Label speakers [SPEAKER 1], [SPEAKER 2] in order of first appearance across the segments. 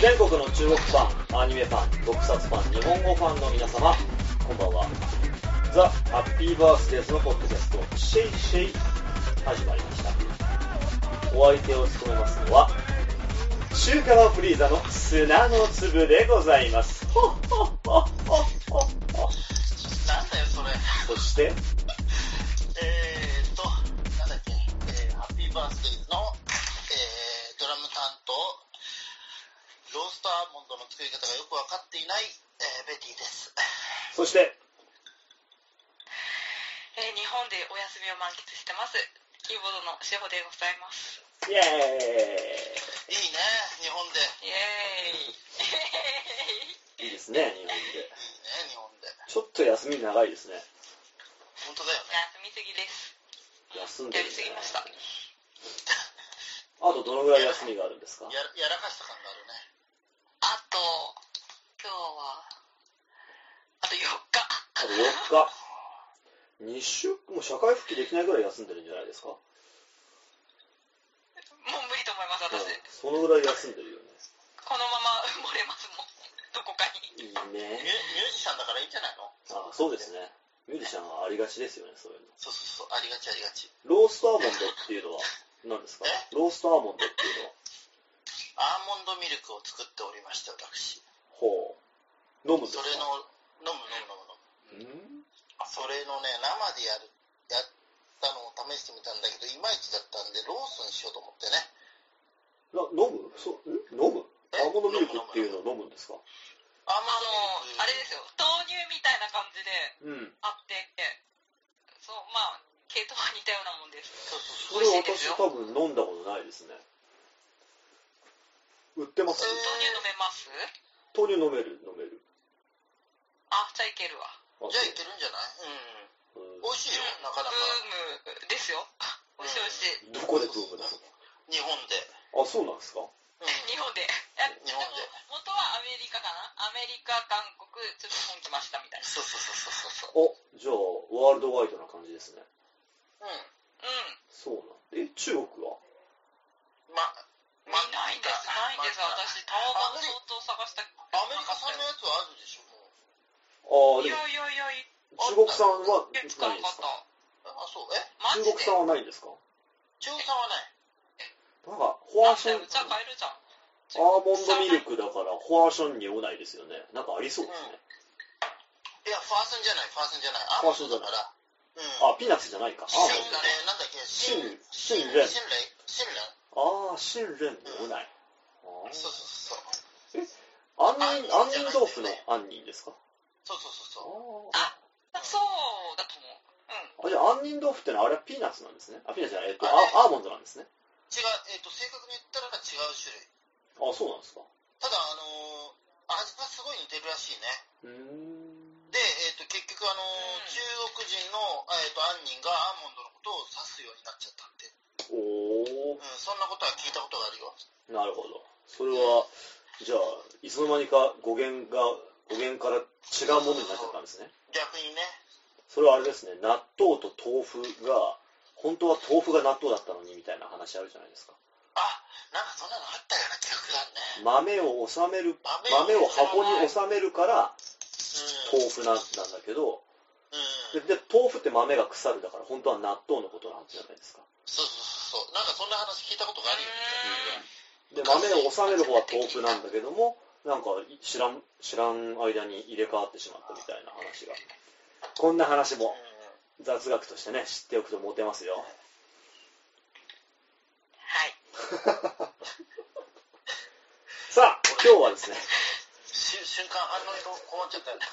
[SPEAKER 1] 全国の中国ファン、アニメファン、特撮ファン、日本語ファンの皆様、こんばんは。ザ・ハッピーバースデーズのポッドキャスト、シェイシェイ、始まりました。お相手を務めますのは、中華のフリーザの砂の粒でございます。ほっほっほっほっほっほっ
[SPEAKER 2] なんだよ、それ。
[SPEAKER 1] そして、
[SPEAKER 2] えーっと、なんだっけ、えー、ハッピーバースデーズの、えー、ドラム担当、ローストアーモンドの作り方がよくわかっていない、えー、ベティです。
[SPEAKER 1] そして、
[SPEAKER 3] えー日本でお休みを満喫してますキーボードの志保でございます
[SPEAKER 1] イエー
[SPEAKER 2] いいね、日本で。
[SPEAKER 3] イエ
[SPEAKER 1] イ
[SPEAKER 3] ーイ
[SPEAKER 1] いいですね、日本で。
[SPEAKER 2] いいね、日本で。
[SPEAKER 1] ちょっと休み長いですね。
[SPEAKER 2] 本当だよね。
[SPEAKER 3] 休みすぎです
[SPEAKER 1] 休んで
[SPEAKER 3] や
[SPEAKER 1] る、
[SPEAKER 3] りすぎました
[SPEAKER 1] あとどのぐらい休みがあるんですか
[SPEAKER 2] ややらかした感があるね。
[SPEAKER 3] あと今日はあと4日
[SPEAKER 1] あと4日。2週、もう社会復帰できないぐらい休んでるんじゃないですか
[SPEAKER 3] もう無理と思います
[SPEAKER 1] うんその
[SPEAKER 3] 私
[SPEAKER 1] ぐらい休んでるよね。
[SPEAKER 3] このまま埋もれますもんどこか
[SPEAKER 1] い
[SPEAKER 3] に
[SPEAKER 1] い
[SPEAKER 2] ミュミュ
[SPEAKER 1] ね。
[SPEAKER 2] ージシャンだからいいんじゃないの
[SPEAKER 1] あそうですね。ミュージシャンはありがちですよね、そういうの。
[SPEAKER 2] そうそうそう、ありがちありがち。
[SPEAKER 1] ローストアーモンドっていうのは何ですかローストアーモンドっていうのは。
[SPEAKER 2] アーモンドミルクを作っておりまして、私。
[SPEAKER 1] ほう。飲むんですか
[SPEAKER 2] それの、飲む飲む飲む飲む。
[SPEAKER 1] うん
[SPEAKER 2] それのね、生でやる、やったのを試してみたんだけど、いまいちだったんで、ロースにしようと思ってね。
[SPEAKER 1] な飲むそうん飲む
[SPEAKER 2] え
[SPEAKER 1] アーモンドミルクっていうのを飲むんですか
[SPEAKER 2] あ。
[SPEAKER 3] あのあれですすよ豆乳みたいな感じで
[SPEAKER 1] うん。
[SPEAKER 3] あってそうまあ系統は似たようなもんです
[SPEAKER 2] そうそう
[SPEAKER 1] それ
[SPEAKER 2] そう。
[SPEAKER 1] 私多分飲んだことないですね。売ってます
[SPEAKER 3] 豆乳飲めます
[SPEAKER 1] 豆乳飲める飲める。
[SPEAKER 3] あじゃあいけるわ
[SPEAKER 1] あ
[SPEAKER 2] じゃあいけるんじゃない
[SPEAKER 1] うん
[SPEAKER 2] うん。美味しいよ、なか
[SPEAKER 3] ブ
[SPEAKER 2] なか。
[SPEAKER 3] ームですよ美味しい美味しい
[SPEAKER 1] どこでブームな
[SPEAKER 2] 日本で。
[SPEAKER 1] のあ、そうなんですか
[SPEAKER 2] うん
[SPEAKER 3] 日本で。あ
[SPEAKER 2] 日本で
[SPEAKER 3] も元はアメリカかなアメリカ、韓国、ちょっと日本来ましたみたいな。
[SPEAKER 2] そうそうそうそうそ
[SPEAKER 1] お、
[SPEAKER 2] うそう。
[SPEAKER 1] じゃあ、ワールドワイドな感じですね。
[SPEAKER 2] うん。
[SPEAKER 3] う
[SPEAKER 1] そうなん。え、中国は
[SPEAKER 2] ま、
[SPEAKER 3] ん。いないんです、ないんです。
[SPEAKER 2] ま
[SPEAKER 3] 私、タワマン相当探したけど
[SPEAKER 2] アメリカ産のやつはあるでしょ、も
[SPEAKER 1] ああ、
[SPEAKER 2] う。
[SPEAKER 3] い
[SPEAKER 1] で
[SPEAKER 3] や
[SPEAKER 1] も、
[SPEAKER 3] いやいや、い
[SPEAKER 1] 中国産はないん
[SPEAKER 3] 見
[SPEAKER 1] です
[SPEAKER 3] つか
[SPEAKER 1] から
[SPEAKER 3] なかった。
[SPEAKER 2] あ、そう。え
[SPEAKER 3] マ
[SPEAKER 1] 中
[SPEAKER 3] ジで。
[SPEAKER 1] 国産はないんですか
[SPEAKER 2] 中華はない。
[SPEAKER 1] なんか、ホワ
[SPEAKER 3] なん
[SPEAKER 1] シ
[SPEAKER 3] だ
[SPEAKER 1] ョン、ア
[SPEAKER 3] よ、うちは買えるじゃん。
[SPEAKER 1] ーモンドミルクだから、ホワションにおないですよね。なんかありそうですね。
[SPEAKER 2] いや、ファースンじゃない、ファースンじゃない。
[SPEAKER 1] ファ
[SPEAKER 2] ア
[SPEAKER 1] ー
[SPEAKER 2] ーモ
[SPEAKER 1] スン
[SPEAKER 2] ン
[SPEAKER 1] じゃ
[SPEAKER 2] ド
[SPEAKER 1] な
[SPEAKER 2] だ
[SPEAKER 1] い
[SPEAKER 2] から。うん。
[SPEAKER 1] あ、ピーナッツじゃないか。アーモ
[SPEAKER 2] シ
[SPEAKER 1] ン
[SPEAKER 2] ン
[SPEAKER 1] ド
[SPEAKER 2] だ
[SPEAKER 1] ね
[SPEAKER 2] ね、なんだっけ、シン、
[SPEAKER 1] シン
[SPEAKER 2] シン
[SPEAKER 1] レン
[SPEAKER 2] レン、シンレン。
[SPEAKER 1] ああ、新蓮におない。あ
[SPEAKER 2] そうそうそう。
[SPEAKER 1] あ杏仁、杏仁豆腐の杏仁ですか
[SPEAKER 2] そうそうそうそう。
[SPEAKER 1] あ
[SPEAKER 3] あそうだと
[SPEAKER 1] あ。
[SPEAKER 3] 思う。うん。
[SPEAKER 1] じゃあ、杏仁豆腐ってのはあれはピーナッツなんですね。あ、ピーナッツじゃない、えっと、
[SPEAKER 2] あ
[SPEAKER 1] アアーモンドなんですね。
[SPEAKER 2] 違う、えっ、と、正確に言ったら違う種類。
[SPEAKER 1] あ、そうなんですか。
[SPEAKER 2] ただ、あのー味がすごい似てるらしいね。
[SPEAKER 1] うーん。
[SPEAKER 2] で、えっ、と、結局、あのー
[SPEAKER 3] うん
[SPEAKER 2] 中国人の、えっ、と、杏仁がアーモンドのことを指すようになっちゃったって。
[SPEAKER 1] お
[SPEAKER 2] うん、そんなことは聞いたことがあるよ。
[SPEAKER 1] ー、なるほど。それは、じゃあ、いつの間にか語源が、語源から違うものになっちゃったんですね。
[SPEAKER 2] 逆にね。
[SPEAKER 1] それはあれですね、納豆と豆腐が、本当は豆腐が納豆だったのにみたいな話あるじゃないですか。
[SPEAKER 2] あ、なんかそんなのあったような記憶があるね。
[SPEAKER 1] 豆を収める、
[SPEAKER 2] 豆
[SPEAKER 1] 豆を
[SPEAKER 2] を挟
[SPEAKER 1] 箱
[SPEAKER 2] む
[SPEAKER 1] に収めるから、
[SPEAKER 2] うん。
[SPEAKER 1] 豆腐なんなんだけど、
[SPEAKER 2] うん
[SPEAKER 1] で、で豆腐って豆が腐るだから本当は納豆のことなんじゃないですか
[SPEAKER 2] そうそうそうそう。なんかそんな話聞いたことがあるよ。
[SPEAKER 1] で豆を収める方は豆腐なんだけどもなんか知らん知らん間に入れ替わってしまったみたいな話がこんな話も
[SPEAKER 2] うん
[SPEAKER 1] 雑学としてね知っておくとモテますよ
[SPEAKER 3] はい。
[SPEAKER 1] さあ今日はですね
[SPEAKER 2] し瞬間反応に困っちゃ ったよね。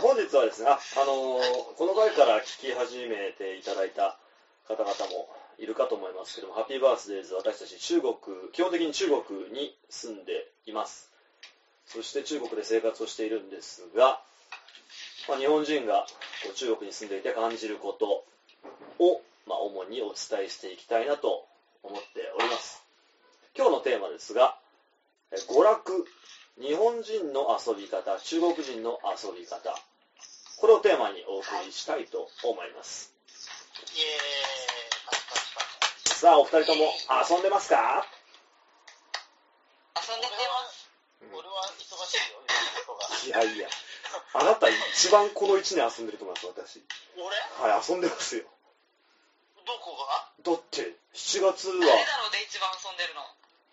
[SPEAKER 1] 本日はですねあ、あのーこの回から聞き始めていただいた方々もいるかと思いますけどもハッピーバースデーズ私たち中国基本的に中国に住んでいますそして中国で生活をしているんですが、まあ、日本人がこう中国に住んでいて感じることを、まあ、主にお伝えしていきたいなと思っております今日のテーマですがえ娯楽日本人の遊び方中国人の遊び方これをテーマにお送りしたいと思います、
[SPEAKER 2] イエーイ。パチパチパチ
[SPEAKER 1] さあお二人とも遊んでますか
[SPEAKER 3] 遊遊んでてます。
[SPEAKER 1] うん
[SPEAKER 2] 俺は忙しいよ、いろんなことが。
[SPEAKER 1] いやいや、あなた一番この1年遊んでると思います、私。
[SPEAKER 2] 俺
[SPEAKER 1] はい、遊んでますよ。
[SPEAKER 2] どこが
[SPEAKER 1] だって、7月
[SPEAKER 3] 誰だ
[SPEAKER 1] は、
[SPEAKER 3] ろうで一番遊んでるの。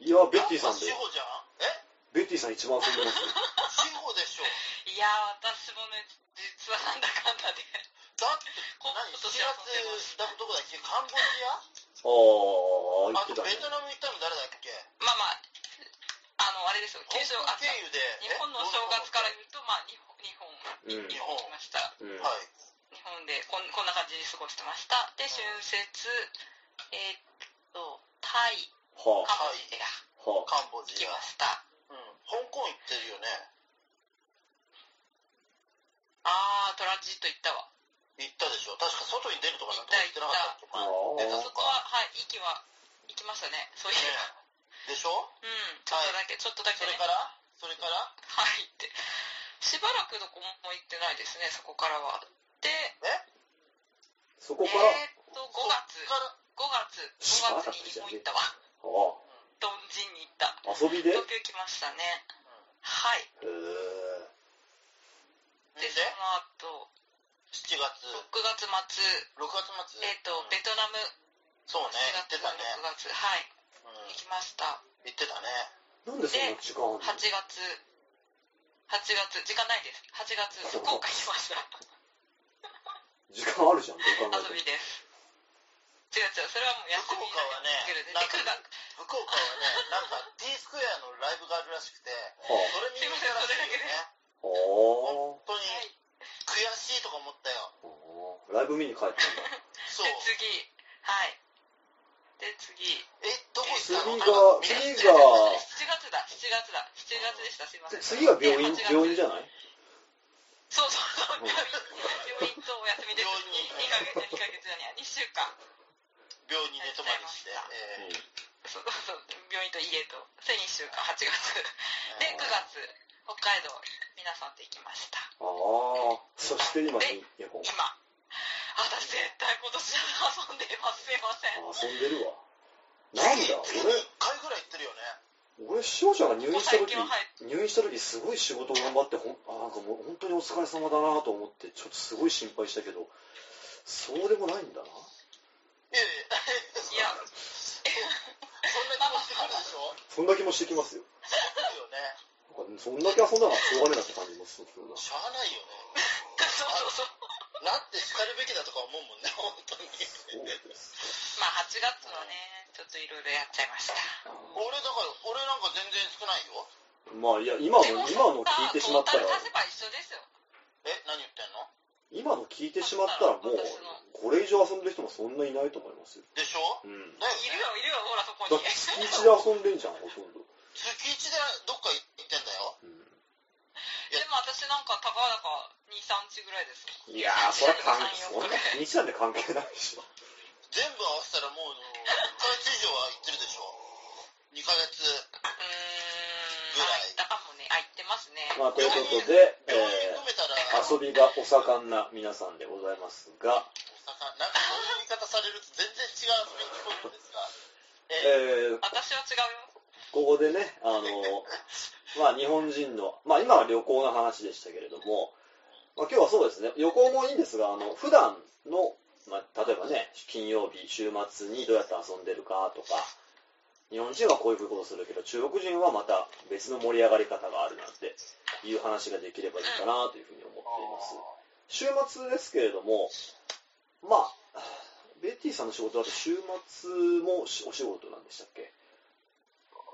[SPEAKER 1] いや、ベッティさんで
[SPEAKER 2] 志、保じゃんえ
[SPEAKER 1] ベッティさん一番遊んでますよ。
[SPEAKER 2] 志保でしょ。
[SPEAKER 3] いやー、私もね、実はなんだかんだ
[SPEAKER 2] だ
[SPEAKER 3] で、
[SPEAKER 2] って、
[SPEAKER 3] こ
[SPEAKER 2] 何
[SPEAKER 3] 今
[SPEAKER 2] ?7
[SPEAKER 3] 年
[SPEAKER 2] 月
[SPEAKER 3] 遊んでます。
[SPEAKER 2] だ、どこだっけカンボジア
[SPEAKER 1] あ
[SPEAKER 2] あ
[SPEAKER 1] あ、言って
[SPEAKER 2] と
[SPEAKER 1] たね
[SPEAKER 2] ベ。トナム行ったの誰だっけ
[SPEAKER 3] まあまあ、あの、あれですよ、
[SPEAKER 2] 香
[SPEAKER 3] 九州、
[SPEAKER 2] 港
[SPEAKER 3] あ、
[SPEAKER 2] 経由で。
[SPEAKER 3] 日本のお正月から言うと、まあ、日本、日本、
[SPEAKER 1] うん
[SPEAKER 3] 日本来ました。
[SPEAKER 1] うん
[SPEAKER 2] え。はい。
[SPEAKER 3] 日本でこんこんな感じに過ごしてましたで春節えーっとタイ
[SPEAKER 1] は
[SPEAKER 3] カンボジア
[SPEAKER 1] あ、は
[SPEAKER 2] カンボジ
[SPEAKER 3] 行き
[SPEAKER 2] ア。
[SPEAKER 3] ました
[SPEAKER 2] うん。香港行ってるよね。
[SPEAKER 3] あートランジット行ったわ
[SPEAKER 2] 行ったでしょ。確か外に出るとかなんて言ってなかったっけ
[SPEAKER 1] あ。あ
[SPEAKER 2] 出た
[SPEAKER 1] ー
[SPEAKER 2] ぞ
[SPEAKER 3] そこははい息は行きましたねそうい
[SPEAKER 2] ねで
[SPEAKER 3] え
[SPEAKER 2] しょ
[SPEAKER 3] ばうんちょっとだけ、ちょっとだ
[SPEAKER 2] そ
[SPEAKER 3] け
[SPEAKER 2] れ
[SPEAKER 3] ね
[SPEAKER 2] からそれから
[SPEAKER 3] はいってしばらくどこも行ってないですねそこからはで
[SPEAKER 1] そこ
[SPEAKER 3] え
[SPEAKER 1] から、
[SPEAKER 3] ーっと5月
[SPEAKER 2] そっから
[SPEAKER 3] 5月
[SPEAKER 1] しばら
[SPEAKER 3] 5
[SPEAKER 1] く
[SPEAKER 3] 月
[SPEAKER 1] じゃ
[SPEAKER 3] に
[SPEAKER 1] ね
[SPEAKER 3] も行ったわ
[SPEAKER 1] は
[SPEAKER 3] ドンジンに行った
[SPEAKER 1] あ、遊びでへ
[SPEAKER 3] 東京行きましたねはい
[SPEAKER 1] え。
[SPEAKER 2] うん
[SPEAKER 3] で
[SPEAKER 2] で
[SPEAKER 3] その後
[SPEAKER 2] 7月
[SPEAKER 3] 6月
[SPEAKER 2] 6
[SPEAKER 3] 末
[SPEAKER 2] 月末
[SPEAKER 3] えっ、と、
[SPEAKER 2] うん
[SPEAKER 3] ベトナム、
[SPEAKER 2] そうね行っ
[SPEAKER 3] 4
[SPEAKER 2] て
[SPEAKER 3] 月、
[SPEAKER 2] たね
[SPEAKER 3] 6月、はい、
[SPEAKER 2] うん
[SPEAKER 3] 行きました。
[SPEAKER 2] 行ってたね
[SPEAKER 1] なんでそんな時間あんの
[SPEAKER 3] 8月、8月、時間ないです。8月、福岡行きました。
[SPEAKER 1] 時間あるじゃん、どう考
[SPEAKER 3] 遊
[SPEAKER 1] え
[SPEAKER 3] び
[SPEAKER 1] て
[SPEAKER 3] です。違う違う、それはもう休みなんですけれどね。
[SPEAKER 2] 福岡はねなんか福岡はねなんか D スクエアのライブがあるらしくて
[SPEAKER 1] も。
[SPEAKER 2] それに行ったらしいよね
[SPEAKER 1] は
[SPEAKER 2] 本当に
[SPEAKER 3] はい
[SPEAKER 2] 悔しいとか思ったよ
[SPEAKER 1] あ。あーライブ見に帰ったんだ。
[SPEAKER 2] そう
[SPEAKER 3] で、次、はい。で、次、
[SPEAKER 2] えどこ行っ
[SPEAKER 1] 次が
[SPEAKER 2] たの、
[SPEAKER 1] 次
[SPEAKER 2] え
[SPEAKER 3] 7月
[SPEAKER 1] が、
[SPEAKER 3] だ、7月だ、7月でした、すいませ
[SPEAKER 1] で
[SPEAKER 3] ん。
[SPEAKER 1] 次は病院
[SPEAKER 3] で、
[SPEAKER 1] 病院じ
[SPEAKER 3] 8月
[SPEAKER 1] ゃない
[SPEAKER 3] そうそうそう、病院、病院とお休みです。
[SPEAKER 2] 病院
[SPEAKER 3] 2ヶ月、2ヶ月じゃねえや、2週間。
[SPEAKER 2] 病院に寝泊まりして、えー
[SPEAKER 3] そうそうそう病院と家と先週間8月で
[SPEAKER 2] えー
[SPEAKER 3] 9月北海道皆さんと行きました
[SPEAKER 1] ああ、そして今、日本。
[SPEAKER 3] 今私絶対今年遊んでいますすいません
[SPEAKER 1] 遊んでるわ。なんだ、
[SPEAKER 2] 月に1回ぐらい行ってるよね
[SPEAKER 1] 俺、俺、しおちゃんが入院した
[SPEAKER 3] 最
[SPEAKER 1] 時
[SPEAKER 3] 近、ははい
[SPEAKER 1] 入院した時すごい仕事を頑張って、ほんあーなんかもう本当にお疲れ様だなと思って、ちょっとすごい心配したけど、そうでもないんだな。
[SPEAKER 2] いやいや
[SPEAKER 3] いや
[SPEAKER 2] そんな気もしてくるでしょ
[SPEAKER 1] そんな気もしてきますよ。
[SPEAKER 2] そうよね
[SPEAKER 1] なんかそんだけ遊んだらしょうがねえなって感じもするな。
[SPEAKER 2] しゃあないよね
[SPEAKER 3] そうそうそう
[SPEAKER 2] なって叱るべきだとか思うもんね本当に
[SPEAKER 1] そうです
[SPEAKER 3] まあ8月はねちょっといろいろやっちゃいました
[SPEAKER 1] か。
[SPEAKER 2] 俺だから俺なんか全然少ないよ
[SPEAKER 1] まあ、いや、今の、
[SPEAKER 3] でも
[SPEAKER 1] 今の聞いてしまったら
[SPEAKER 3] トー、タル足せば一緒ですよ
[SPEAKER 2] え何言ってんの
[SPEAKER 1] 今の聞いてしまったらもう、これ以上遊んでる人もそんないないと思いますよ。
[SPEAKER 2] でしょ
[SPEAKER 1] うん。
[SPEAKER 2] だ
[SPEAKER 3] いる
[SPEAKER 2] よね
[SPEAKER 3] よいるよほらそこ
[SPEAKER 1] だ
[SPEAKER 3] に
[SPEAKER 1] って月一で遊んでんじゃん、ほとんど。
[SPEAKER 2] 月一でどっか行ってんだよ
[SPEAKER 1] う
[SPEAKER 3] でも私なんか高々23日ぐらいですよ
[SPEAKER 1] ん、いやー、それは関係、そんな、日なんて関係ないでしょ。
[SPEAKER 2] 全部合わせたらもう1ヶ月以上は行ってるでしょ2ヶ月
[SPEAKER 3] うーんまあ行ったかもねあ行ってますね
[SPEAKER 1] まあ、ということで、え
[SPEAKER 2] 病院含めたら、
[SPEAKER 1] ー、遊びがお盛んな皆さんでございますが、
[SPEAKER 2] なんかそういう言い方されると全然違う遊びに聞こえるんですがえー
[SPEAKER 1] えー、
[SPEAKER 3] 私は違うよ
[SPEAKER 1] ここでね、あの、まあ、日本人の、まあ、今は旅行の話でしたけれども、まあ、今日はそうですね、旅行もいいんですが、あの、普段の、まあ、例えばね、金曜日、週末にどうやって遊んでるかとか、日本人はこういうことをするけど、中国人はまた別の盛り上がり方があるなんていう話ができればいいかなというふうに思っています。週末ですけれども、まあ、ベッティさんの仕事だと週末もしお仕事なんでしたっけ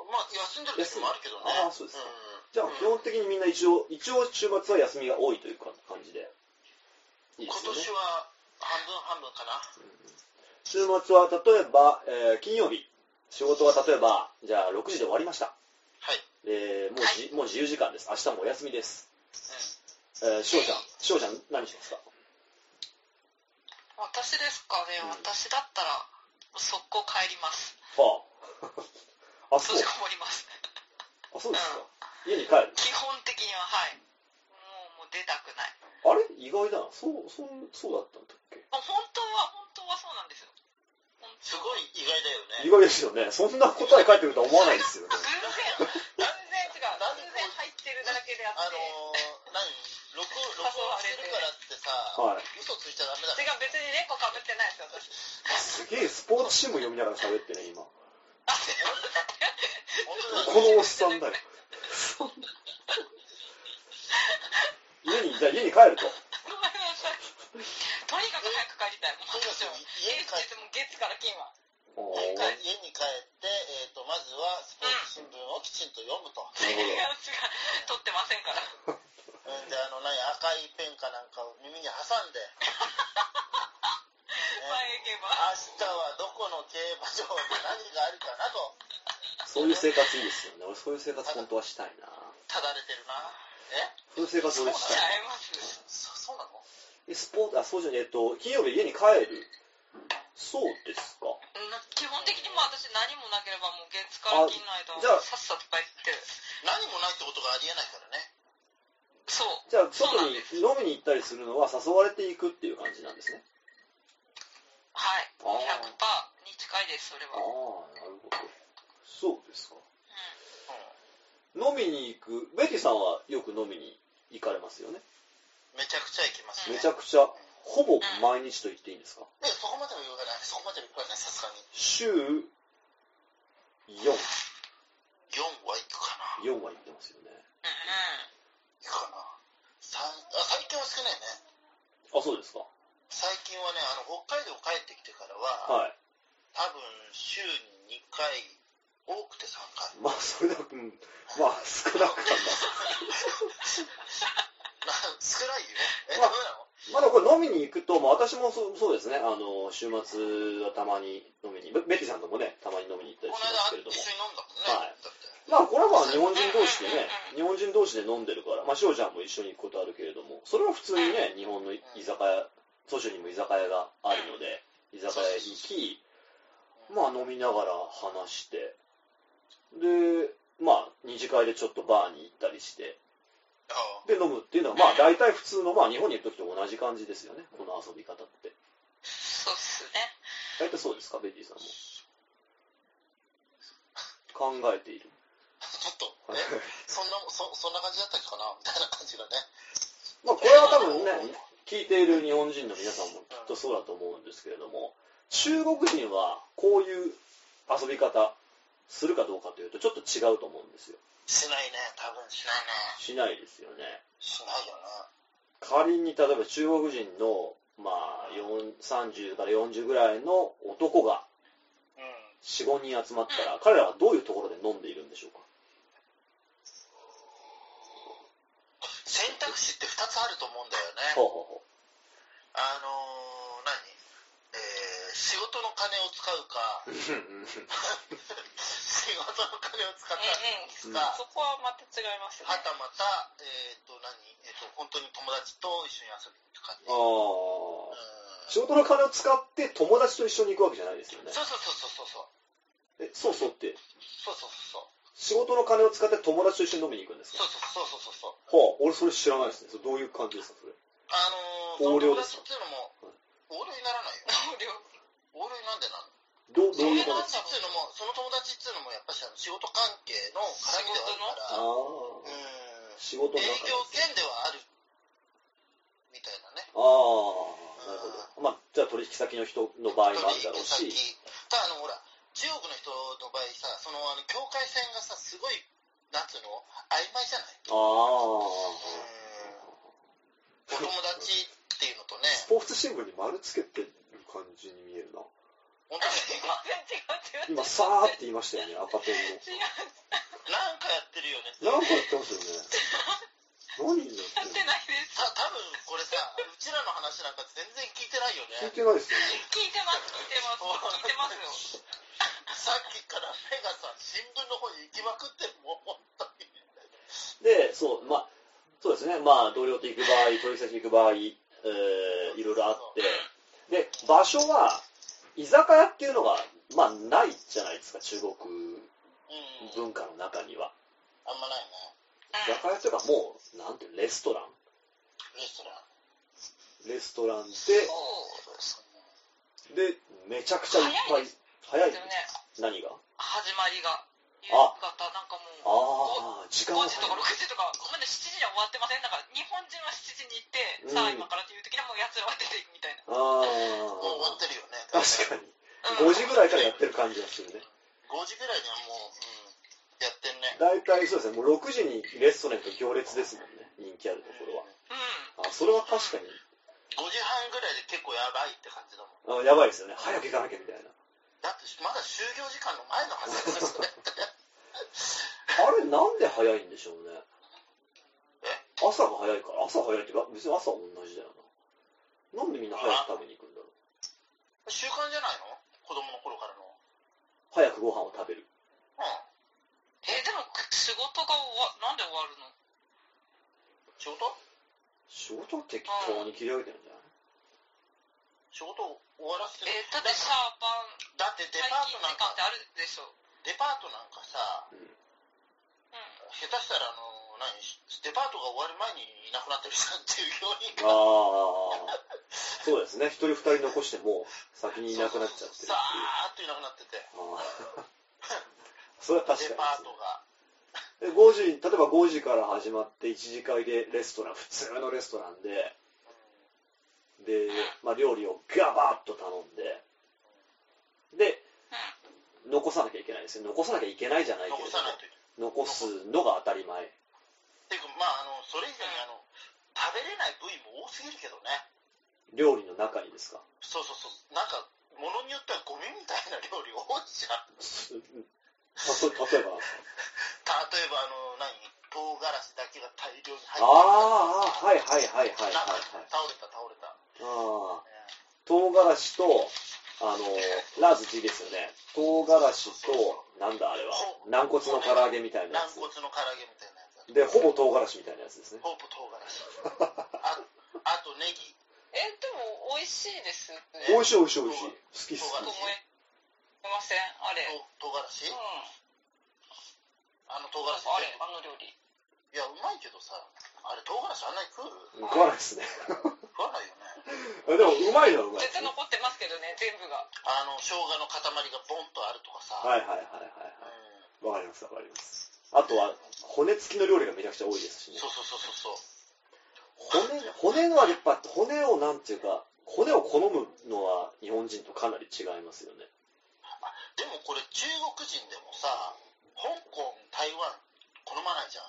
[SPEAKER 2] まあ休んでる時もあるけどね
[SPEAKER 1] あーそうですか
[SPEAKER 2] ん
[SPEAKER 1] じゃあ基本的にみんな一応、一応週末は休みが多いというか感じで。いいで
[SPEAKER 2] 今
[SPEAKER 1] すよね
[SPEAKER 2] 年。は半分半分かな
[SPEAKER 1] 週末は例えば、えー金曜日、仕事は例えば、じゃあ6時で終わりました。
[SPEAKER 2] はい、
[SPEAKER 1] でもうじ、もう自由時間です。明日もお休みです。
[SPEAKER 2] うん
[SPEAKER 1] えー、しおちゃん、しおちゃん何しますか
[SPEAKER 3] 私ですかね、
[SPEAKER 1] うん
[SPEAKER 3] 私だったら速攻帰ります
[SPEAKER 1] はあ。あ、 そ
[SPEAKER 3] 閉
[SPEAKER 1] う
[SPEAKER 3] じ。こもります
[SPEAKER 1] あ、そうですか。家に帰る。
[SPEAKER 3] 基本的にははいもうもう出たくない
[SPEAKER 1] あれ意外だな。そう、そう、そうだったんだっけ
[SPEAKER 3] もう本当は本当はそうなんですよ本
[SPEAKER 2] す
[SPEAKER 3] 当
[SPEAKER 2] ごい意外だよ
[SPEAKER 1] 意
[SPEAKER 2] ね。
[SPEAKER 1] 外ですよね。そんな答え返ってくるとは思わないですよね。
[SPEAKER 3] 偶然
[SPEAKER 2] なんでさ、
[SPEAKER 1] はい
[SPEAKER 2] 嘘ついちゃダメだ
[SPEAKER 3] 違
[SPEAKER 2] から
[SPEAKER 3] う、別に猫かぶってないですよ、私。
[SPEAKER 1] すげえスポーツ新聞読みながら喋ってね今こ
[SPEAKER 2] 本当だ
[SPEAKER 1] のおっさんだよそんな家にじゃあ家に帰ると
[SPEAKER 3] ごめんなさい。とにかく早く帰りたい。もう私は。
[SPEAKER 2] 家に帰っ
[SPEAKER 3] 月も月から金は。
[SPEAKER 1] おー
[SPEAKER 2] 家に帰家に帰って、えー、とまずはスポーツ新聞をきちんと読むと、
[SPEAKER 1] なる
[SPEAKER 3] 違う、違う。取ってませんから。
[SPEAKER 2] うん、であの何赤いペンかなんかを耳に挟んで、
[SPEAKER 3] 前
[SPEAKER 2] ね、
[SPEAKER 3] 行け
[SPEAKER 2] 明
[SPEAKER 3] ば。
[SPEAKER 2] 日はどこの競馬場で何があるかなと
[SPEAKER 1] そういう生活いいですよね俺そういう生活本当はしたいな
[SPEAKER 2] ただれてるなえ
[SPEAKER 1] そういう生活俺
[SPEAKER 3] し
[SPEAKER 1] し
[SPEAKER 3] ち
[SPEAKER 1] たい
[SPEAKER 3] ゃいます。
[SPEAKER 2] そそうなの
[SPEAKER 1] えスポーツあそうじゃねえっと金曜日家に帰るそうですか
[SPEAKER 3] な基本的にもう私何もなければもう月から金の間
[SPEAKER 1] あじゃあ
[SPEAKER 3] さっさと帰って
[SPEAKER 2] 何もないってことがありえないからね
[SPEAKER 3] そう
[SPEAKER 1] じゃあ
[SPEAKER 3] そう
[SPEAKER 1] 外
[SPEAKER 3] なん
[SPEAKER 1] に
[SPEAKER 3] です
[SPEAKER 1] 飲みに行ったりするのは誘われていくっていう感じなんですね
[SPEAKER 3] はい
[SPEAKER 1] あー
[SPEAKER 3] 100%に近いですそれ
[SPEAKER 1] ああ
[SPEAKER 3] は、うん、
[SPEAKER 1] なるほどそうですか飲みに行くベティさんはよく飲みに行かれますよね
[SPEAKER 2] めちゃくちゃ行きますね
[SPEAKER 1] めちゃくちゃほぼ毎日と言っていいんですか
[SPEAKER 2] いやそこまでは言わないそこまでは言わないさすがに
[SPEAKER 1] 週44
[SPEAKER 2] 4は行
[SPEAKER 1] 4
[SPEAKER 2] くかな行
[SPEAKER 1] は行ってますよね
[SPEAKER 3] う
[SPEAKER 2] くかな三あ最近は少ないね
[SPEAKER 1] あそうですか
[SPEAKER 2] 最近はねあの北海道帰ってきてからは、
[SPEAKER 1] はい
[SPEAKER 2] 多分週に2回多くて3
[SPEAKER 1] ま
[SPEAKER 2] 回
[SPEAKER 1] あそれだけうんまあ少なくはない
[SPEAKER 2] な少ないよえ
[SPEAKER 1] まあ
[SPEAKER 2] ダ メなの
[SPEAKER 1] まあでもこれ飲みに行くと、まあ、私もそうそうですね、あの、週末はたまに飲みに、ベベティさんともね、たまに飲みに行ったり
[SPEAKER 2] こ
[SPEAKER 1] し
[SPEAKER 2] の
[SPEAKER 1] ますけれ
[SPEAKER 2] 間
[SPEAKER 1] ど
[SPEAKER 2] 一
[SPEAKER 1] も。
[SPEAKER 2] 緒に飲んだもん
[SPEAKER 1] は
[SPEAKER 2] ね、
[SPEAKER 1] い
[SPEAKER 2] だって
[SPEAKER 1] まあこれはまあ日本人同士でね、
[SPEAKER 3] う
[SPEAKER 1] 日本人同士で飲んでるから、まあしおちゃんも一緒に行くことあるけれども、それは普通にね、日本の居酒屋、都市にも居酒屋があるので、居酒屋行き、まあ飲みながら話して、で、まあ二次会でちょっとバーに行ったりして、
[SPEAKER 2] ああ
[SPEAKER 1] で飲むっていうのはまあ大体普通のまあ日本にいる時と同じ感じですよね、この遊び方って。
[SPEAKER 3] んそうっすね
[SPEAKER 1] 大体そうですか、ベッティさんも。考えている。
[SPEAKER 2] ちょっとえそんなそそんな感じだったっけかなみたいな感じがね
[SPEAKER 1] まあ、これは多分ね、聞いている日本人の皆さんもきっとそうだと思うんですけれども、中国人はこういう遊び方するかどうかというと、ちょっと違うと思うんですよ。
[SPEAKER 2] しないね多分しないね
[SPEAKER 1] しないですよね。
[SPEAKER 2] しないよね
[SPEAKER 1] 仮に例えば中国人の、まあ、4 30から40ぐらいの男が
[SPEAKER 2] うん
[SPEAKER 1] 4、5人集まったら、彼らはどういうところで飲んでいるんでしょうか
[SPEAKER 2] 選択肢って2つあると思うんだよね
[SPEAKER 1] ほうほうほ
[SPEAKER 2] あのー何えー仕事の金を使うか
[SPEAKER 1] う。
[SPEAKER 2] 仕事の金を使っ
[SPEAKER 1] うん
[SPEAKER 2] た
[SPEAKER 3] うん
[SPEAKER 2] か、は
[SPEAKER 3] そこはまた違いますね
[SPEAKER 2] たまた、えー、と何、えー、と本当に友達と一緒に遊びに行くかっていう
[SPEAKER 1] ああ。
[SPEAKER 2] うん
[SPEAKER 1] 仕事の金を使って友達と一緒に行くわけじゃないですよね。
[SPEAKER 2] そうそうそうそうそう
[SPEAKER 1] え、そうそうって、
[SPEAKER 2] そうそうそう
[SPEAKER 1] 仕事の金を使って友達と一緒に飲みに行くんです
[SPEAKER 2] そ
[SPEAKER 1] か
[SPEAKER 2] うそうそうそうそうそう
[SPEAKER 1] はあ、俺それ知らないですね。それどういう感じですか、それ。
[SPEAKER 2] あの
[SPEAKER 1] 横
[SPEAKER 2] ー、
[SPEAKER 1] 領
[SPEAKER 2] その友
[SPEAKER 1] です
[SPEAKER 2] 達っていうのも横領にならないよ
[SPEAKER 3] 同僚
[SPEAKER 2] 横領なんでなの
[SPEAKER 1] どう、
[SPEAKER 2] そ
[SPEAKER 1] どう
[SPEAKER 2] の
[SPEAKER 1] いう
[SPEAKER 2] 友
[SPEAKER 1] 感じです
[SPEAKER 2] 達っていうのもその友達っていうのもやっぱしあの仕事関係の絡みでは
[SPEAKER 1] かあ
[SPEAKER 2] あるからう
[SPEAKER 1] あ。
[SPEAKER 2] ん
[SPEAKER 1] 仕事の
[SPEAKER 2] 営
[SPEAKER 1] 中で。
[SPEAKER 2] 業権ではあるみたいなね
[SPEAKER 1] ああ、なるほど。まあ、じゃあ取引先の人の場合もあるだろう
[SPEAKER 2] 取引
[SPEAKER 1] し。
[SPEAKER 2] 先ただあのほら中国の人の場合さそのあの境界線がさすごいなんつうの曖昧じゃない
[SPEAKER 1] ああ。
[SPEAKER 2] お友達っていうのとね
[SPEAKER 1] スポーツ新聞に丸つけてる感じに見えるな。
[SPEAKER 2] 本当に
[SPEAKER 3] 全然違う違う違う違う
[SPEAKER 1] 今、さーって言いましたよね、赤ペン
[SPEAKER 2] なんかやってるよね
[SPEAKER 1] の。なんか言ってますよね。何言って
[SPEAKER 3] やって
[SPEAKER 1] る
[SPEAKER 3] ないです
[SPEAKER 2] た多分これさうちらの話なんか全然聞いてないよ
[SPEAKER 1] 聞い
[SPEAKER 2] ね
[SPEAKER 1] てないですよね。
[SPEAKER 3] 聞いてます聞いてます聞いてますよ
[SPEAKER 2] さっきから目がさ新聞の方に行きまくってるもう本当に
[SPEAKER 1] で、そう、まあ、そうですね、まあ、同僚と行く場合、取引先行く場合、えーいろいろあって、で、場所は、居酒屋っていうのが、まあ、ないじゃないですか、中国
[SPEAKER 2] うん
[SPEAKER 1] 文化の中には。
[SPEAKER 2] あんまないね
[SPEAKER 1] 居酒屋っていうか、もう、なんていうのレストラ
[SPEAKER 2] レストラン
[SPEAKER 1] ン。レストラン
[SPEAKER 2] そうですね
[SPEAKER 1] で、で、めちゃくちゃいっぱい、早い
[SPEAKER 3] でもね
[SPEAKER 1] 何が
[SPEAKER 3] 始まりが夕方なんかもう
[SPEAKER 1] ああ、時間
[SPEAKER 3] 5
[SPEAKER 1] が
[SPEAKER 3] 時とか6時とかまだ7時には終わってませんだから日本人は7時に行って、
[SPEAKER 1] うん
[SPEAKER 3] さあ今からという時にはもうやつらは出ていくみたいな、
[SPEAKER 1] ああ
[SPEAKER 2] もう終わってるよね。
[SPEAKER 1] 確かに
[SPEAKER 3] うん、
[SPEAKER 1] 5時ぐらいからやってる感じがするね
[SPEAKER 2] 5時ぐらいにはもう、うん、やってんね。
[SPEAKER 1] 大体そうですねもう6時にレストランと行列ですもんね人気あるところ
[SPEAKER 3] う
[SPEAKER 1] はあそれは確かに
[SPEAKER 2] 5時半ぐらいで結構やばいって感じだもん。
[SPEAKER 1] あやばいですよね早く行かなきゃみたいな
[SPEAKER 2] だってまだ就業時間の前のはずだよ、それ って。
[SPEAKER 1] あれなんで早いんでしょうね朝が早いから朝早いってか別に朝は同じだよななんでみんな早く食べに行くんだろう
[SPEAKER 2] 習慣じゃないの子供の頃からの。う
[SPEAKER 1] 早くご飯を食べる
[SPEAKER 2] ん。
[SPEAKER 3] ん、えでも仕事が終わなんで終わるの
[SPEAKER 2] 仕事
[SPEAKER 1] 仕事を適当に切り上げてるんじゃない
[SPEAKER 2] 仕事を終わらせて
[SPEAKER 3] えだってシャーパン
[SPEAKER 2] だってデ
[SPEAKER 3] 退
[SPEAKER 2] パー
[SPEAKER 3] 勤
[SPEAKER 2] トな
[SPEAKER 3] 時
[SPEAKER 2] ん
[SPEAKER 3] 間って
[SPEAKER 2] か、
[SPEAKER 3] あるでしょ
[SPEAKER 2] デパートなんかさ、
[SPEAKER 1] うん
[SPEAKER 3] うん
[SPEAKER 2] 下手したらあの、何、デパートが終わる前にいなくなってるじゃん、従
[SPEAKER 1] あ
[SPEAKER 2] 業員が。
[SPEAKER 1] あそうですね一人二人残しても先にいなくなっちゃってるっていう
[SPEAKER 2] さーっといなくなってて。
[SPEAKER 1] ああ それは確かに
[SPEAKER 2] デパートが。
[SPEAKER 1] で5時例えば5時から始まって1次会でレストラン普通のレストランでで、まあ、料理をガバッと頼んでで残さなきゃいけないですね残さなきゃいけないじゃないけれど
[SPEAKER 2] 残
[SPEAKER 1] も
[SPEAKER 2] さないといけない。
[SPEAKER 1] 残すのが当たり前
[SPEAKER 2] ていうか、まあ、あの、それ以上にあの、食べれない部位も多すぎるけどね。
[SPEAKER 1] 料理の中にですか
[SPEAKER 2] そうそうそう。なんか、ものによってはゴミみたいな料理多いじゃん。
[SPEAKER 1] す例え例えばなんですか
[SPEAKER 2] 例えばあの何唐辛子だけが大量に入って
[SPEAKER 1] ああああはいはいはいはいはい
[SPEAKER 2] なんか
[SPEAKER 1] はい
[SPEAKER 2] 倒れた倒れた、
[SPEAKER 1] ああ唐辛子とあのラーズチですよね唐辛子となんだあれは軟骨の唐揚げみたいなや
[SPEAKER 2] 軟
[SPEAKER 1] つ
[SPEAKER 2] 骨の唐揚げみたいなや つ
[SPEAKER 1] でほぼ唐辛子みたいなやつですね
[SPEAKER 2] ホープ唐辛子ああとネギ
[SPEAKER 3] えでも美味しいですね
[SPEAKER 1] 美味しい美味しい美味しい好き
[SPEAKER 3] と思
[SPEAKER 1] 好
[SPEAKER 3] いませんあれうん
[SPEAKER 2] と唐辛子
[SPEAKER 3] あ
[SPEAKER 2] あの唐辛子
[SPEAKER 3] れ
[SPEAKER 2] 全部
[SPEAKER 3] あの料理
[SPEAKER 2] いやうまいけどさあれ唐辛子あんなに食
[SPEAKER 1] き
[SPEAKER 2] う
[SPEAKER 1] 食わないですね
[SPEAKER 2] 食わないよね
[SPEAKER 1] でもうまいのはうまいです
[SPEAKER 3] 絶対
[SPEAKER 1] ね
[SPEAKER 3] 残ってますけどね全部が
[SPEAKER 2] あの生姜の塊がボンとあるとかさ、
[SPEAKER 1] はいはいはいは
[SPEAKER 2] う
[SPEAKER 1] い
[SPEAKER 2] ん
[SPEAKER 1] はいわかりますわかりますあとは骨付きの料理がめちゃくちゃ多いですしね
[SPEAKER 2] そうそうそうそうそう
[SPEAKER 1] 骨骨のはやっぱ骨をなんていうか骨を好むのは日本人とかなり違いますよね
[SPEAKER 2] でもこれ中国人でもさ香港台湾好まないじゃん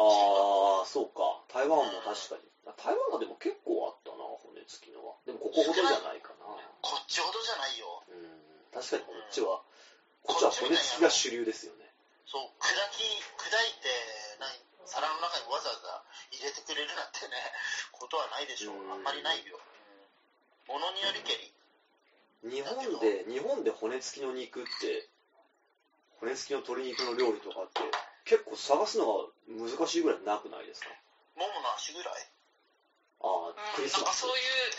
[SPEAKER 1] ああ、そうか。台湾も確かに。台湾がでも結構あったな、骨付きのは。でもここほどじゃないかな。
[SPEAKER 2] こっちほどじゃないよ
[SPEAKER 1] うん、確かにこっちは、こっちは骨付きが主流ですよね。
[SPEAKER 2] そう、砕き、砕いて、何、皿の中にわざわざ入れてくれるなんてね、 ことはないでしょう。
[SPEAKER 1] うん
[SPEAKER 2] あんまりないよ。ものによりけり。
[SPEAKER 1] 日本で、日本で骨付きの肉って、骨付きの鶏肉の料理とかって、結構探すのが難しいぐらいなくないですか
[SPEAKER 2] ももの足ぐらい。う
[SPEAKER 1] あ
[SPEAKER 3] うん
[SPEAKER 1] あ、クリ
[SPEAKER 3] な
[SPEAKER 1] ス
[SPEAKER 3] ん
[SPEAKER 1] マ
[SPEAKER 3] か
[SPEAKER 1] ス
[SPEAKER 3] そう。いう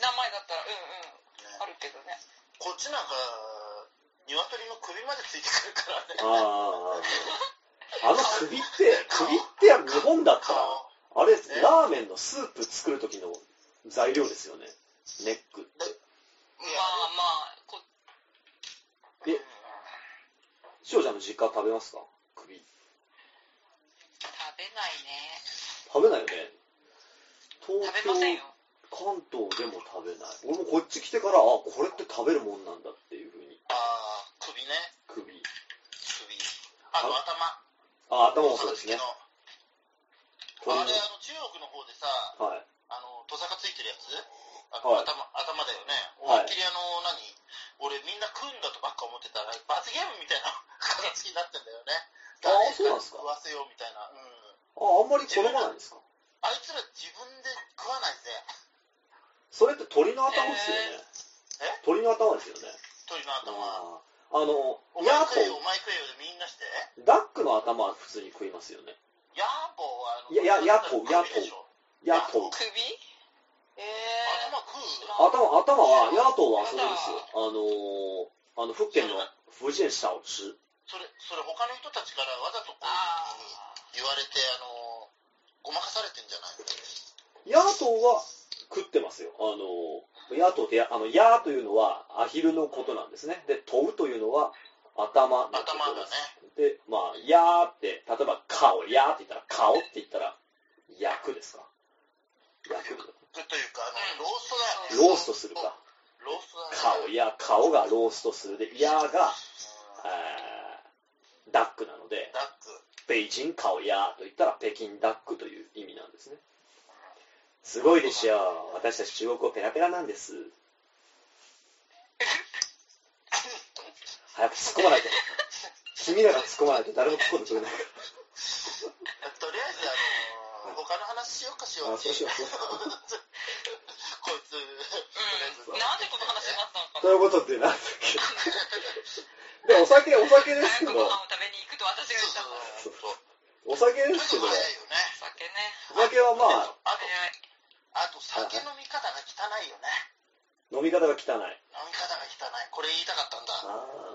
[SPEAKER 3] 名前だったらうんうんあ
[SPEAKER 2] ん、ね。
[SPEAKER 3] るけどね
[SPEAKER 2] こっちなんか、鶏の首までついてくるから
[SPEAKER 1] あ
[SPEAKER 2] ね。
[SPEAKER 1] あ、あの首って、首ってや日本だったら、
[SPEAKER 2] 顔。
[SPEAKER 1] あれ、ラーメンのスープ作る時の材料ですよね。ネックって。
[SPEAKER 2] い
[SPEAKER 3] ま
[SPEAKER 2] や、
[SPEAKER 3] あまあこ
[SPEAKER 1] え
[SPEAKER 2] うん
[SPEAKER 1] 翔ちゃんの実家食べますか首。
[SPEAKER 3] 食べないね
[SPEAKER 1] 食べないよね。
[SPEAKER 3] 食
[SPEAKER 1] 東
[SPEAKER 3] べ
[SPEAKER 1] 京、
[SPEAKER 3] ません
[SPEAKER 1] 関
[SPEAKER 3] よ
[SPEAKER 1] 東でも食べない。俺もこっち来てから、あ、これって食べるもんなんだっていうふうに。
[SPEAKER 2] あー首ね。
[SPEAKER 1] 首。
[SPEAKER 2] 首。あ
[SPEAKER 1] あ、
[SPEAKER 2] と頭。
[SPEAKER 1] 頭もそうですね。
[SPEAKER 2] あれ、
[SPEAKER 1] 鳥
[SPEAKER 2] あ
[SPEAKER 1] の
[SPEAKER 2] の、中国の方でさ、
[SPEAKER 1] はい。
[SPEAKER 2] あの、トサカついてるやつあ
[SPEAKER 1] はい
[SPEAKER 2] 頭頭だよね。
[SPEAKER 1] はい
[SPEAKER 2] 思いっきりあの、何俺みんな食うんだとばっか思ってたら、罰ゲームみたいな 形になってんだよね。
[SPEAKER 1] あーそうなんすか
[SPEAKER 2] 食わせようみたいな。うん。
[SPEAKER 1] あ、あんまり好まないんですか
[SPEAKER 2] あいつら自分で食わないぜ。
[SPEAKER 1] それって鳥の頭ですよね。
[SPEAKER 2] え
[SPEAKER 1] 鳥の頭ですよね。
[SPEAKER 2] 鳥の頭。
[SPEAKER 1] あーあの、
[SPEAKER 2] お前
[SPEAKER 1] ヤ
[SPEAKER 2] 食えよ、
[SPEAKER 1] ー
[SPEAKER 2] お前食えよでみんなして。
[SPEAKER 1] コ、ダックの頭は普通に食いますよね。
[SPEAKER 2] ヤーボーはあの、
[SPEAKER 1] いやいやヤーボー
[SPEAKER 2] 食うでしょ
[SPEAKER 1] ヤーコ。
[SPEAKER 3] 首え
[SPEAKER 2] 頭
[SPEAKER 3] ー、
[SPEAKER 2] 食う
[SPEAKER 1] 頭、頭は、野党は遊びですよ。あのー、あの、福建の、福建小吃。
[SPEAKER 2] それ、それ他の人たちからわざとこう
[SPEAKER 3] あ
[SPEAKER 2] 言われて、あの、ごまかされてんじゃない
[SPEAKER 1] 野党は食ってますよ。あのー、野党って、あの、野というのはアヒルのことなんですね。で、トウというのは、頭のとこ
[SPEAKER 2] 頭
[SPEAKER 1] ろ
[SPEAKER 2] だ
[SPEAKER 1] です。
[SPEAKER 2] ね。
[SPEAKER 1] で、まあ、やーって、例えば、顔、やーって言ったら、顔って言ったら、焼くですか焼く。
[SPEAKER 2] というか、あの、ローストだよね。
[SPEAKER 1] ローストするか。
[SPEAKER 2] ローストだ
[SPEAKER 1] 顔、
[SPEAKER 2] ね。
[SPEAKER 1] や、顔がローストするで、やーが、
[SPEAKER 2] うん
[SPEAKER 1] えー、ダックなので、
[SPEAKER 2] ダック。
[SPEAKER 1] 北京顔やーと言ったら、北京ダックという意味なんですね。すごいでしょう。私たち中国語ペラペラなんです。早く突っ込まないと。君らが突っ込まないと誰も突っ込んでくれない。
[SPEAKER 2] とりあえず、あの、他の話しようかしよう
[SPEAKER 1] あそうしようそうしよ
[SPEAKER 2] こいつ、とりあえず。
[SPEAKER 3] うん、なんでこの話になったのか
[SPEAKER 1] ということで、なんだ
[SPEAKER 3] な
[SPEAKER 1] っけ。 で、お酒、お酒ですけ
[SPEAKER 3] 早
[SPEAKER 1] ど、
[SPEAKER 3] くご飯を食べに行くと私が言ったから
[SPEAKER 2] そうそうそう。
[SPEAKER 1] お酒
[SPEAKER 2] ち
[SPEAKER 1] で
[SPEAKER 2] ょっ
[SPEAKER 1] すけど
[SPEAKER 2] と早、いよね。
[SPEAKER 1] お
[SPEAKER 3] お酒ね
[SPEAKER 1] 酒はまあ、
[SPEAKER 2] あ
[SPEAKER 3] 早
[SPEAKER 2] と、あと
[SPEAKER 3] い
[SPEAKER 2] 酒飲み方が汚いよね。
[SPEAKER 1] 飲み方が汚い。
[SPEAKER 2] 飲み方が汚い。これ言いたかったんだ。
[SPEAKER 1] あ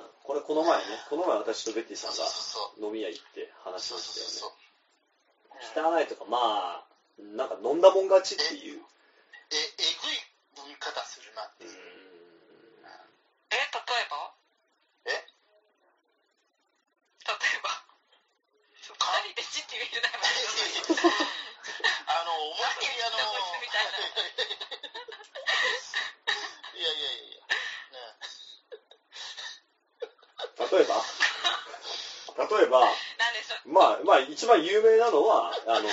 [SPEAKER 1] あ、これこの前ね、この前私とベッティさ
[SPEAKER 2] そうんそうそう
[SPEAKER 1] が飲み屋行って話し
[SPEAKER 2] そう。そう
[SPEAKER 1] まし
[SPEAKER 2] そう
[SPEAKER 1] たよ
[SPEAKER 2] そう。うん
[SPEAKER 1] ね。汚いとか、まあ、なんか飲んだもん勝ちっていう。
[SPEAKER 2] え、えぐい飲み方するなって
[SPEAKER 1] うー
[SPEAKER 2] い
[SPEAKER 1] ん
[SPEAKER 2] う。
[SPEAKER 3] え例えば
[SPEAKER 2] え
[SPEAKER 3] 例えば二人でチって言えないわけじゃない
[SPEAKER 2] あの、思いっきりあの、
[SPEAKER 3] 何言ってんだこいつみたいな
[SPEAKER 2] いやいやいやいや。ね
[SPEAKER 1] 例えば、例えば、
[SPEAKER 3] なんでしょう
[SPEAKER 1] まあ、まあ、一番有名なのは、あの、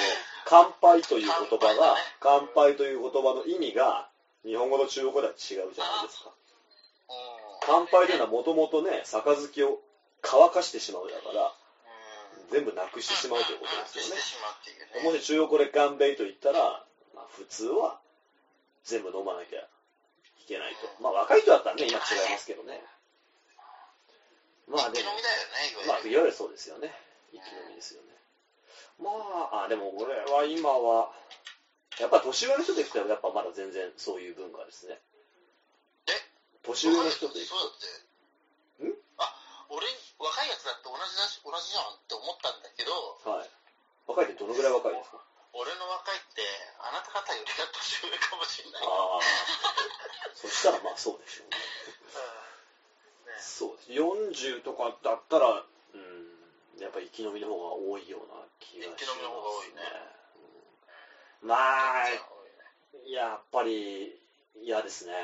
[SPEAKER 1] 乾杯という言葉が、乾杯という言葉の意味が、日本語と中国語では違うじゃないですか。
[SPEAKER 2] うん
[SPEAKER 1] 乾杯というのはもともとね、杯を乾かしてしまうだから、
[SPEAKER 2] うん
[SPEAKER 1] 全部なくしてしまうということです
[SPEAKER 2] し
[SPEAKER 1] よ
[SPEAKER 2] て
[SPEAKER 1] ね。
[SPEAKER 2] しまうっていうね。
[SPEAKER 1] もし中国語で乾杯と言ったら、まあ、普通は全部飲まなきゃいけないと。まあ若い人だったらね、今違いますけどね。まあ
[SPEAKER 2] 一
[SPEAKER 1] で
[SPEAKER 2] 気飲
[SPEAKER 1] も
[SPEAKER 2] み、だよね、い
[SPEAKER 1] ま
[SPEAKER 2] わ
[SPEAKER 1] あい
[SPEAKER 2] ゆる。
[SPEAKER 1] わゆるそうですよね。一気飲みですよね。まあ、あでも俺は今は、やっぱ年上の人と行くとやっぱまだ全然そういう文化ですね。
[SPEAKER 2] え
[SPEAKER 1] 年上の人と行く
[SPEAKER 2] そう
[SPEAKER 1] ん
[SPEAKER 2] だって。あ、俺、若いやつだって同じだし、同じじゃんって思ったんだけど、
[SPEAKER 1] はい。若いってどのぐらい若いですか
[SPEAKER 2] 俺の若いって、あなた方よりが年上かもしれない。
[SPEAKER 1] ああ。 そしたらまあそうでしょうね。
[SPEAKER 2] うんね
[SPEAKER 1] そうです。40とかだったら、うん、やっぱ生き延びの方が多いような気がします、
[SPEAKER 2] 生き延びの方が多いね
[SPEAKER 1] うん。まあ、
[SPEAKER 2] じゃあ多いね
[SPEAKER 1] やっぱり嫌ですね。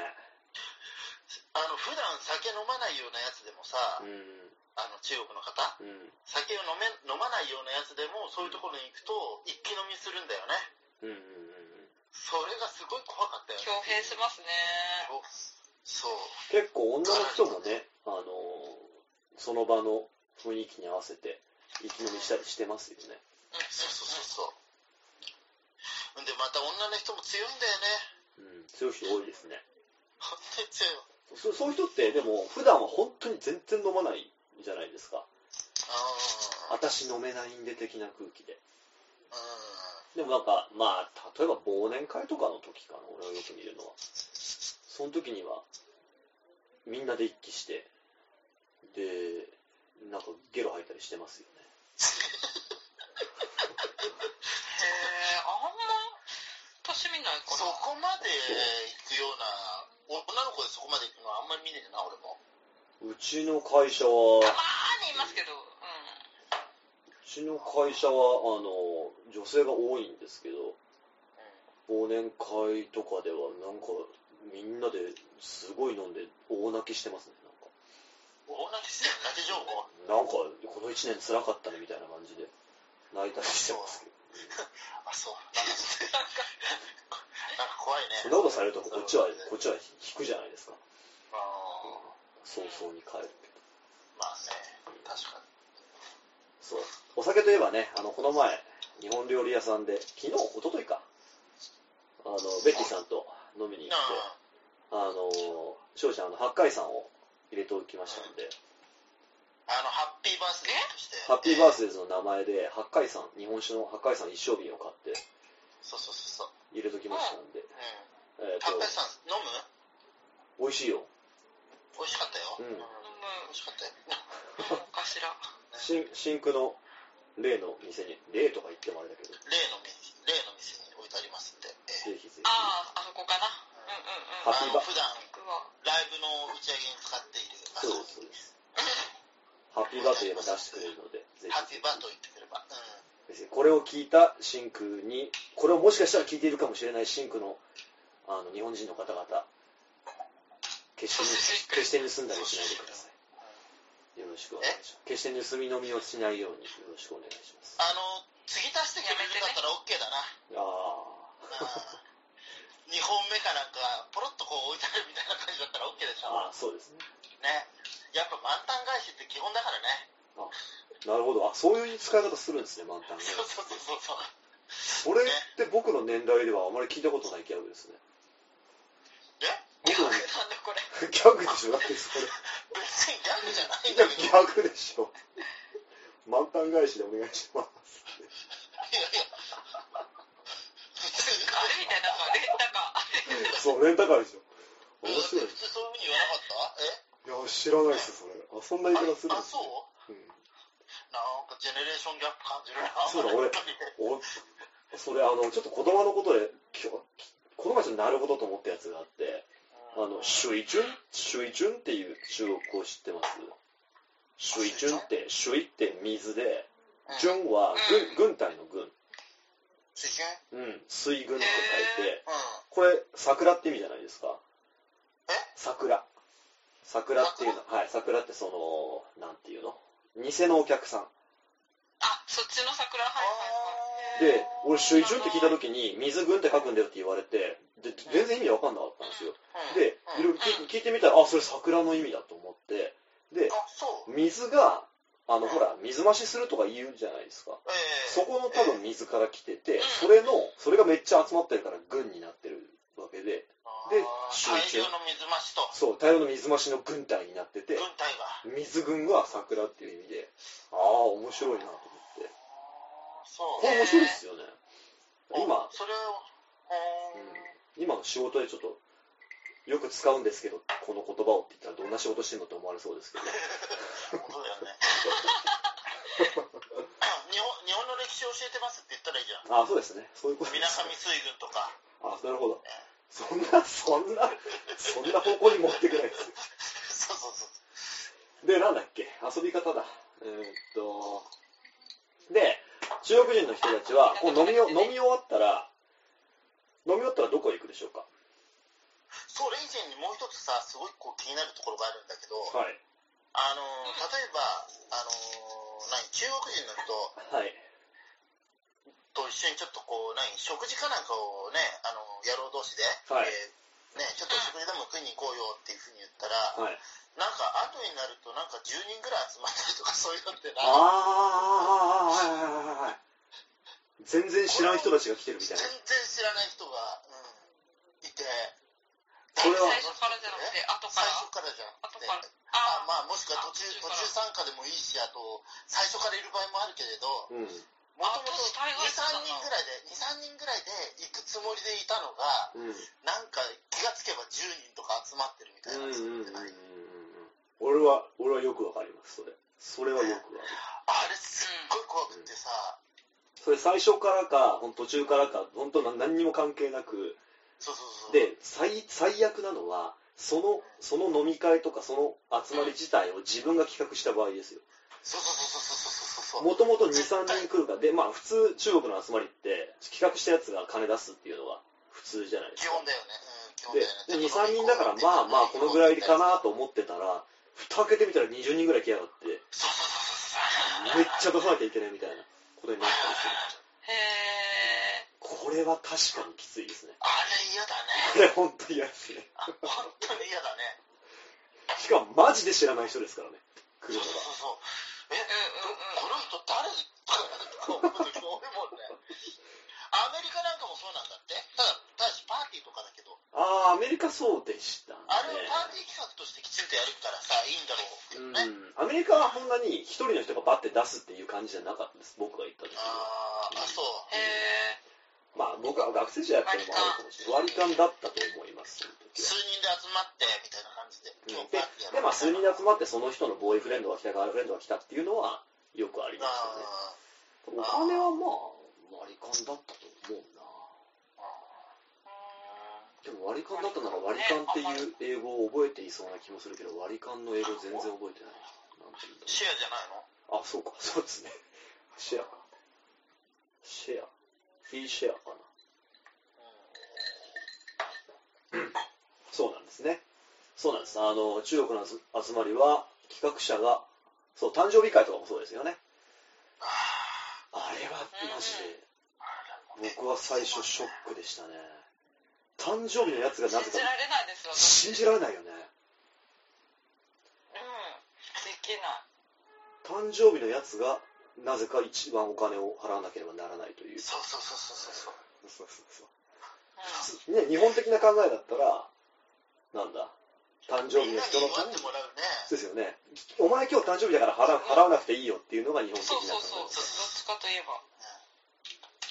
[SPEAKER 2] あの、普段酒飲まないようなやつでもさ、
[SPEAKER 1] うん、
[SPEAKER 2] あの、中国の方、
[SPEAKER 1] う
[SPEAKER 2] 酒を飲め、飲まないようなやつでも、そういうところに行くと、一気飲みするんだよね。
[SPEAKER 1] ん、うん、うん。
[SPEAKER 2] それがすごい怖かったよね。
[SPEAKER 3] 強兵しますね
[SPEAKER 2] そう。
[SPEAKER 1] 結構女の人もね、あのーその場の雰囲気に合わせて生き延びしたりしてますよね。
[SPEAKER 3] うん
[SPEAKER 2] そうそうそうそう。んで、また女の人も強いんだよね。
[SPEAKER 1] うん、強い人多いですね。
[SPEAKER 2] 本当に強い。
[SPEAKER 1] そそういう人って、でも、普段は本当に全然飲まないじゃないですか。
[SPEAKER 2] あー
[SPEAKER 1] 私飲めないんで的な空気で。
[SPEAKER 2] う
[SPEAKER 1] でもなんか、まあ、例えば忘年会とかの時かな、俺はよく見るのは。その時には、みんなで一気して、で、なんかゲロ吐いたりしてますよね。
[SPEAKER 3] へえあんま年見ない
[SPEAKER 2] ん。
[SPEAKER 3] か
[SPEAKER 2] そ
[SPEAKER 3] ら
[SPEAKER 2] こまで行くような、お女の子でそこまで行くのはあんまり見ねえな、俺も。
[SPEAKER 1] うちの会社
[SPEAKER 3] たま
[SPEAKER 1] は、
[SPEAKER 3] ーにいますけどうん
[SPEAKER 1] うちの会社は、あの、女性が多いんですけど、忘年会とかでは、なんか、みんなですごい飲んで、大泣きしてますね、なんか。
[SPEAKER 2] 大泣きしてるだけ情報。
[SPEAKER 1] なんか、この一年辛かったね、みたいな感じで、泣いたりしてますけど。
[SPEAKER 2] あ、そう。なんか、 なんか怖いね。
[SPEAKER 1] そんなことされると、こっちは、こっちは引くじゃないですか。
[SPEAKER 2] あー
[SPEAKER 1] 早々に帰るけど。
[SPEAKER 2] まあね、確かに。
[SPEAKER 1] そう。お酒といえばね、あの、この前、日本料理屋さんで、昨日、一昨日か、あの、ベッキーさんと飲みに行って、あの、翔ちゃん、あの、八海山を入れておきましたんで、
[SPEAKER 2] あの、ハッピーバースデーとして。
[SPEAKER 1] ハッピーバースデーズの名前で、八海山、日本酒の八海山一升瓶を買って
[SPEAKER 2] そうそうそうそう。
[SPEAKER 1] 入れときましたんで、
[SPEAKER 2] うん。
[SPEAKER 1] えっ、
[SPEAKER 2] ハッピー
[SPEAKER 1] と、
[SPEAKER 2] さん、飲む
[SPEAKER 1] 美味しいよ。
[SPEAKER 2] 美味しかったよ。
[SPEAKER 1] うん
[SPEAKER 2] 美
[SPEAKER 3] 飲む
[SPEAKER 2] 味しかったよ。
[SPEAKER 3] 飲むかしら
[SPEAKER 1] シンシンクの例の店に、例とか言ってもあれだけど、ぜ
[SPEAKER 2] 例の店、例の店に置いてありますんで。ええ
[SPEAKER 1] ひぜひ。
[SPEAKER 3] あああそこかなうんうんうん
[SPEAKER 1] ハッ
[SPEAKER 2] あ
[SPEAKER 1] ピー
[SPEAKER 2] の、
[SPEAKER 1] バ
[SPEAKER 2] 普段、
[SPEAKER 3] 僕は
[SPEAKER 2] ライブの打ち上げに使っている。
[SPEAKER 1] そうです、そうです。ハッピーバーといえば出してくれるので、ぜ
[SPEAKER 2] ハッ
[SPEAKER 1] ひ
[SPEAKER 2] ピーバーと言ってくれば。うん。
[SPEAKER 1] ぜひ。これを聞いた真空に、これをもしかしたら聞いているかもしれない真空のあの日本人の方々、決して盗決して盗んだりしないでください。よろしくお願いします。決して盗み飲みをしないようによろしくお願いします。
[SPEAKER 2] あの、次足してくれるんだったら OK だな。
[SPEAKER 1] ああ。
[SPEAKER 2] うん、2本目かなんか、ポロッとこう置いてあるみたいな感じだったら OK でしょ。
[SPEAKER 1] あそうですね。
[SPEAKER 2] ね。やっぱ満タン返しって基本だからね。
[SPEAKER 1] なるほど。あ、そういう使い方するんですね、満タンね。
[SPEAKER 2] そうそうそうそうそう。
[SPEAKER 1] それって僕の年代ではあまり聞いたことないギャグですね。
[SPEAKER 2] え
[SPEAKER 1] 僕の
[SPEAKER 3] なんだこれ
[SPEAKER 1] ギャグでしょだってそれ。
[SPEAKER 2] 別にギャグじゃないん
[SPEAKER 1] ギ
[SPEAKER 2] だけど。いやいや、
[SPEAKER 1] ャグでしょ。満タン返しでお願いします。
[SPEAKER 2] 別に
[SPEAKER 3] あれみたいななんかレンタカー
[SPEAKER 1] そう、レンタカーでしょ。面白い。
[SPEAKER 2] 普通そういうふうに言わなかったえ
[SPEAKER 1] いや、知らないですよ、それ。あ、そんな言い方するんで
[SPEAKER 2] あ、あ
[SPEAKER 1] す
[SPEAKER 2] そ
[SPEAKER 1] ねう
[SPEAKER 2] う
[SPEAKER 1] ん
[SPEAKER 2] なんかジェネレーションギャップ感じるな。
[SPEAKER 1] そうだ俺
[SPEAKER 2] 本当にね
[SPEAKER 1] おそれ、あの、ちょっと言葉のことで、きょこの前ちょっとなるほどと思ったやつがあって、あの、シュイチュンシュイチュンっていう中国語を知ってますシュイチュンって、シュイって水で、
[SPEAKER 2] うん
[SPEAKER 1] ジュンは軍軍隊の軍。
[SPEAKER 2] 水準
[SPEAKER 1] うん、水軍と書いて、
[SPEAKER 2] うん。
[SPEAKER 1] これ、桜って意味じゃないですか。
[SPEAKER 2] え
[SPEAKER 1] 桜。桜っていうの、はい、桜ってその、なんていうの偽のお客さん。
[SPEAKER 3] あそっちの桜はいはいはい
[SPEAKER 1] で、俺、水準って聞いた時に、水軍って書くんだよって言われて、で全然意味わかんなかったんですよ。で、いろいろ聞い聞いてみたら、あ、それ桜の意味だと思って、で
[SPEAKER 2] あ、、そう。
[SPEAKER 1] 水が、あの、ほら、水増しするとか言うじゃないですか。
[SPEAKER 2] ええ
[SPEAKER 1] そこの多分水から来てて、それの、それがめっちゃ集まってるから軍になってるわけで、で
[SPEAKER 2] あー
[SPEAKER 1] 集中
[SPEAKER 2] 大量の水増しと、
[SPEAKER 1] そう、大量の水増しの軍隊になってて
[SPEAKER 2] 軍、隊が。
[SPEAKER 1] 水軍は桜っていう意味で、ああ、面白いなと思って。
[SPEAKER 2] そう。
[SPEAKER 1] これ面白いですよね。今
[SPEAKER 2] あ、それを、うーん
[SPEAKER 1] 今の仕事でちょっと、よく使うんですけど、この言葉をって言ったらどんな仕事してんのって思われそうですけど。
[SPEAKER 2] そうだよ ね。日本日本の歴史を教えてますって言ったらいいじゃん。
[SPEAKER 1] ああ、そうですね。そういうこと
[SPEAKER 2] 水
[SPEAKER 1] で
[SPEAKER 2] 上
[SPEAKER 1] す。
[SPEAKER 2] 水軍とか、
[SPEAKER 1] ああ、なるほど。そんな、そんな、そんな方向に持ってくないです。
[SPEAKER 2] そうそうそう。
[SPEAKER 1] で、なんだっけ遊び方だ。えーっと、で、中国人の人たちは、こう飲みを飲み終わったら、飲み終わったらどこへ行くでしょうか
[SPEAKER 2] それ以前にもう一つさ、すごいこう気になるところがあるんだけど、
[SPEAKER 1] はい。
[SPEAKER 2] あのー例えば、あのー何、中国人の人
[SPEAKER 1] はい。
[SPEAKER 2] と一緒にちょっとこう、何、食事かなんかをね、あのー野郎同士で、
[SPEAKER 1] はい
[SPEAKER 2] えーね、ちょっと食事でも食いに行こうよっていうふうに言ったら、
[SPEAKER 1] はい。
[SPEAKER 2] なんか後になるとなんか10人ぐらい集まったりとかそういうのって
[SPEAKER 1] あー
[SPEAKER 2] な
[SPEAKER 1] はいはいはいはいはい。全然知らん人たちが来てるみた
[SPEAKER 2] 全
[SPEAKER 1] いな
[SPEAKER 2] 然。知らない人が、うん、いて
[SPEAKER 1] それは
[SPEAKER 3] 最初からじゃなくて
[SPEAKER 2] 最初からじゃん
[SPEAKER 3] 後から後から
[SPEAKER 2] で
[SPEAKER 3] あ
[SPEAKER 2] あまあもしくは途中
[SPEAKER 3] あ
[SPEAKER 2] 途中参加でもいいしあと最初からいる場合もあるけれど
[SPEAKER 1] うん。
[SPEAKER 2] もともと
[SPEAKER 3] 私大概そうだな
[SPEAKER 2] 23人ぐらいで23人ぐらいで行くつもりでいたのが
[SPEAKER 1] うん。
[SPEAKER 2] なんか気がつけば10人とか集まってるみたい
[SPEAKER 1] うん
[SPEAKER 2] な、
[SPEAKER 1] うんうんうんうん
[SPEAKER 2] あれ
[SPEAKER 1] 俺は、俺はよくわかります、それ。それはよくわかる。
[SPEAKER 2] すっごい怖くってさ、
[SPEAKER 1] それ最初からか、ほん途中からか、本当何にも関係なく、
[SPEAKER 2] そうそうそう
[SPEAKER 1] で、最、最悪なのは、その、その飲み会とかその集まり自体を自分が企画した場合ですよ。
[SPEAKER 2] そうそうそうそう
[SPEAKER 1] も
[SPEAKER 2] そうそうそう
[SPEAKER 1] ともと2、3人来るから、で、まあ普通中国の集まりって、企画したやつが金出すっていうのは普通じゃないです
[SPEAKER 2] 基
[SPEAKER 1] か。
[SPEAKER 2] 本だよね。うん、基本
[SPEAKER 1] で
[SPEAKER 2] だ
[SPEAKER 1] で23人だか
[SPEAKER 2] よね。
[SPEAKER 1] らまあまあこのぐらいか。なと思ってたら蓋開けてみたら20人ぐらい来やがって
[SPEAKER 2] そうそうそうそう
[SPEAKER 1] めっちゃ出さなきゃいけないみたいなことになったりする
[SPEAKER 3] へえ
[SPEAKER 1] これは確かにきついですね
[SPEAKER 2] あれ嫌だね。
[SPEAKER 1] これ本当嫌ですね
[SPEAKER 2] 本当に嫌だね。
[SPEAKER 1] しかもマジで知らない人ですからね来
[SPEAKER 2] そう
[SPEAKER 1] る
[SPEAKER 2] そ
[SPEAKER 1] の
[SPEAKER 2] う
[SPEAKER 1] が
[SPEAKER 2] そう。え、
[SPEAKER 3] うん
[SPEAKER 2] この人誰とか思
[SPEAKER 3] うんうん
[SPEAKER 2] う時多いもんね。アメリカなんかもそうなんだって。ただ、ただしパーティーとかだけど、
[SPEAKER 1] ああアメリカそうでしたね
[SPEAKER 2] あれをパーティー企画としてきちんとやるからさ、いいんだ
[SPEAKER 1] う
[SPEAKER 2] ろうけ
[SPEAKER 1] んア
[SPEAKER 2] どね。、
[SPEAKER 1] メリカはそんなに一人の人がバッて出すっていう感じじゃなかったです僕が行った時は
[SPEAKER 2] あーあ、そう。
[SPEAKER 3] へえ
[SPEAKER 1] まあ僕は学生時代やったのもあるかもしれない割り勘だったと思いますその時は
[SPEAKER 2] 数人で集まって、みたいな感じで。
[SPEAKER 1] で
[SPEAKER 2] 今日パーティー
[SPEAKER 1] で、
[SPEAKER 2] や
[SPEAKER 1] まあ、数人で
[SPEAKER 2] ま
[SPEAKER 1] 集まってその人のボーイフレンドが来たガールフレンドが来たっていうのはよくありま
[SPEAKER 2] あ
[SPEAKER 1] す
[SPEAKER 2] ー
[SPEAKER 1] よねお金はまあ割り勘だったと思うなでも割り勘だったなら割り勘っていう英語を覚えていそうな気もするけど割り勘の英語全然覚えてないなんていうんだ
[SPEAKER 2] シェアじゃないの
[SPEAKER 1] ろうあ、そうか、そうですね。 シェアかな。シェア。フィーシェアかな。そうなんですね。そうなんです。あの、中国の集集まりは、企画者が、そう、誕生日会とかもそうですよね。
[SPEAKER 2] ああ
[SPEAKER 1] あれは、マジで。
[SPEAKER 2] あれも
[SPEAKER 1] 僕は最初ショックでしたね誕生日のやつがなぜか
[SPEAKER 3] 信じられないですよ私
[SPEAKER 1] 信じられないよね
[SPEAKER 3] うんできない
[SPEAKER 1] 誕生日のやつがなぜか一番お金を払わなければならないという
[SPEAKER 2] そうそうそうそうそうそ
[SPEAKER 1] そう
[SPEAKER 2] う
[SPEAKER 1] そうそう普通
[SPEAKER 3] う
[SPEAKER 1] ね日本的な考えだったらなんだ誕生日
[SPEAKER 2] みん
[SPEAKER 1] の
[SPEAKER 2] なに
[SPEAKER 1] 人のた
[SPEAKER 2] 祝っ
[SPEAKER 1] め
[SPEAKER 2] てもらうね
[SPEAKER 1] ですよねお前今日誕生日だから払払わなくていいよっていうのが日本
[SPEAKER 3] ん、
[SPEAKER 1] 的
[SPEAKER 3] そう
[SPEAKER 1] な
[SPEAKER 3] そ
[SPEAKER 1] 考
[SPEAKER 3] うそう
[SPEAKER 1] え
[SPEAKER 3] どっちかといえば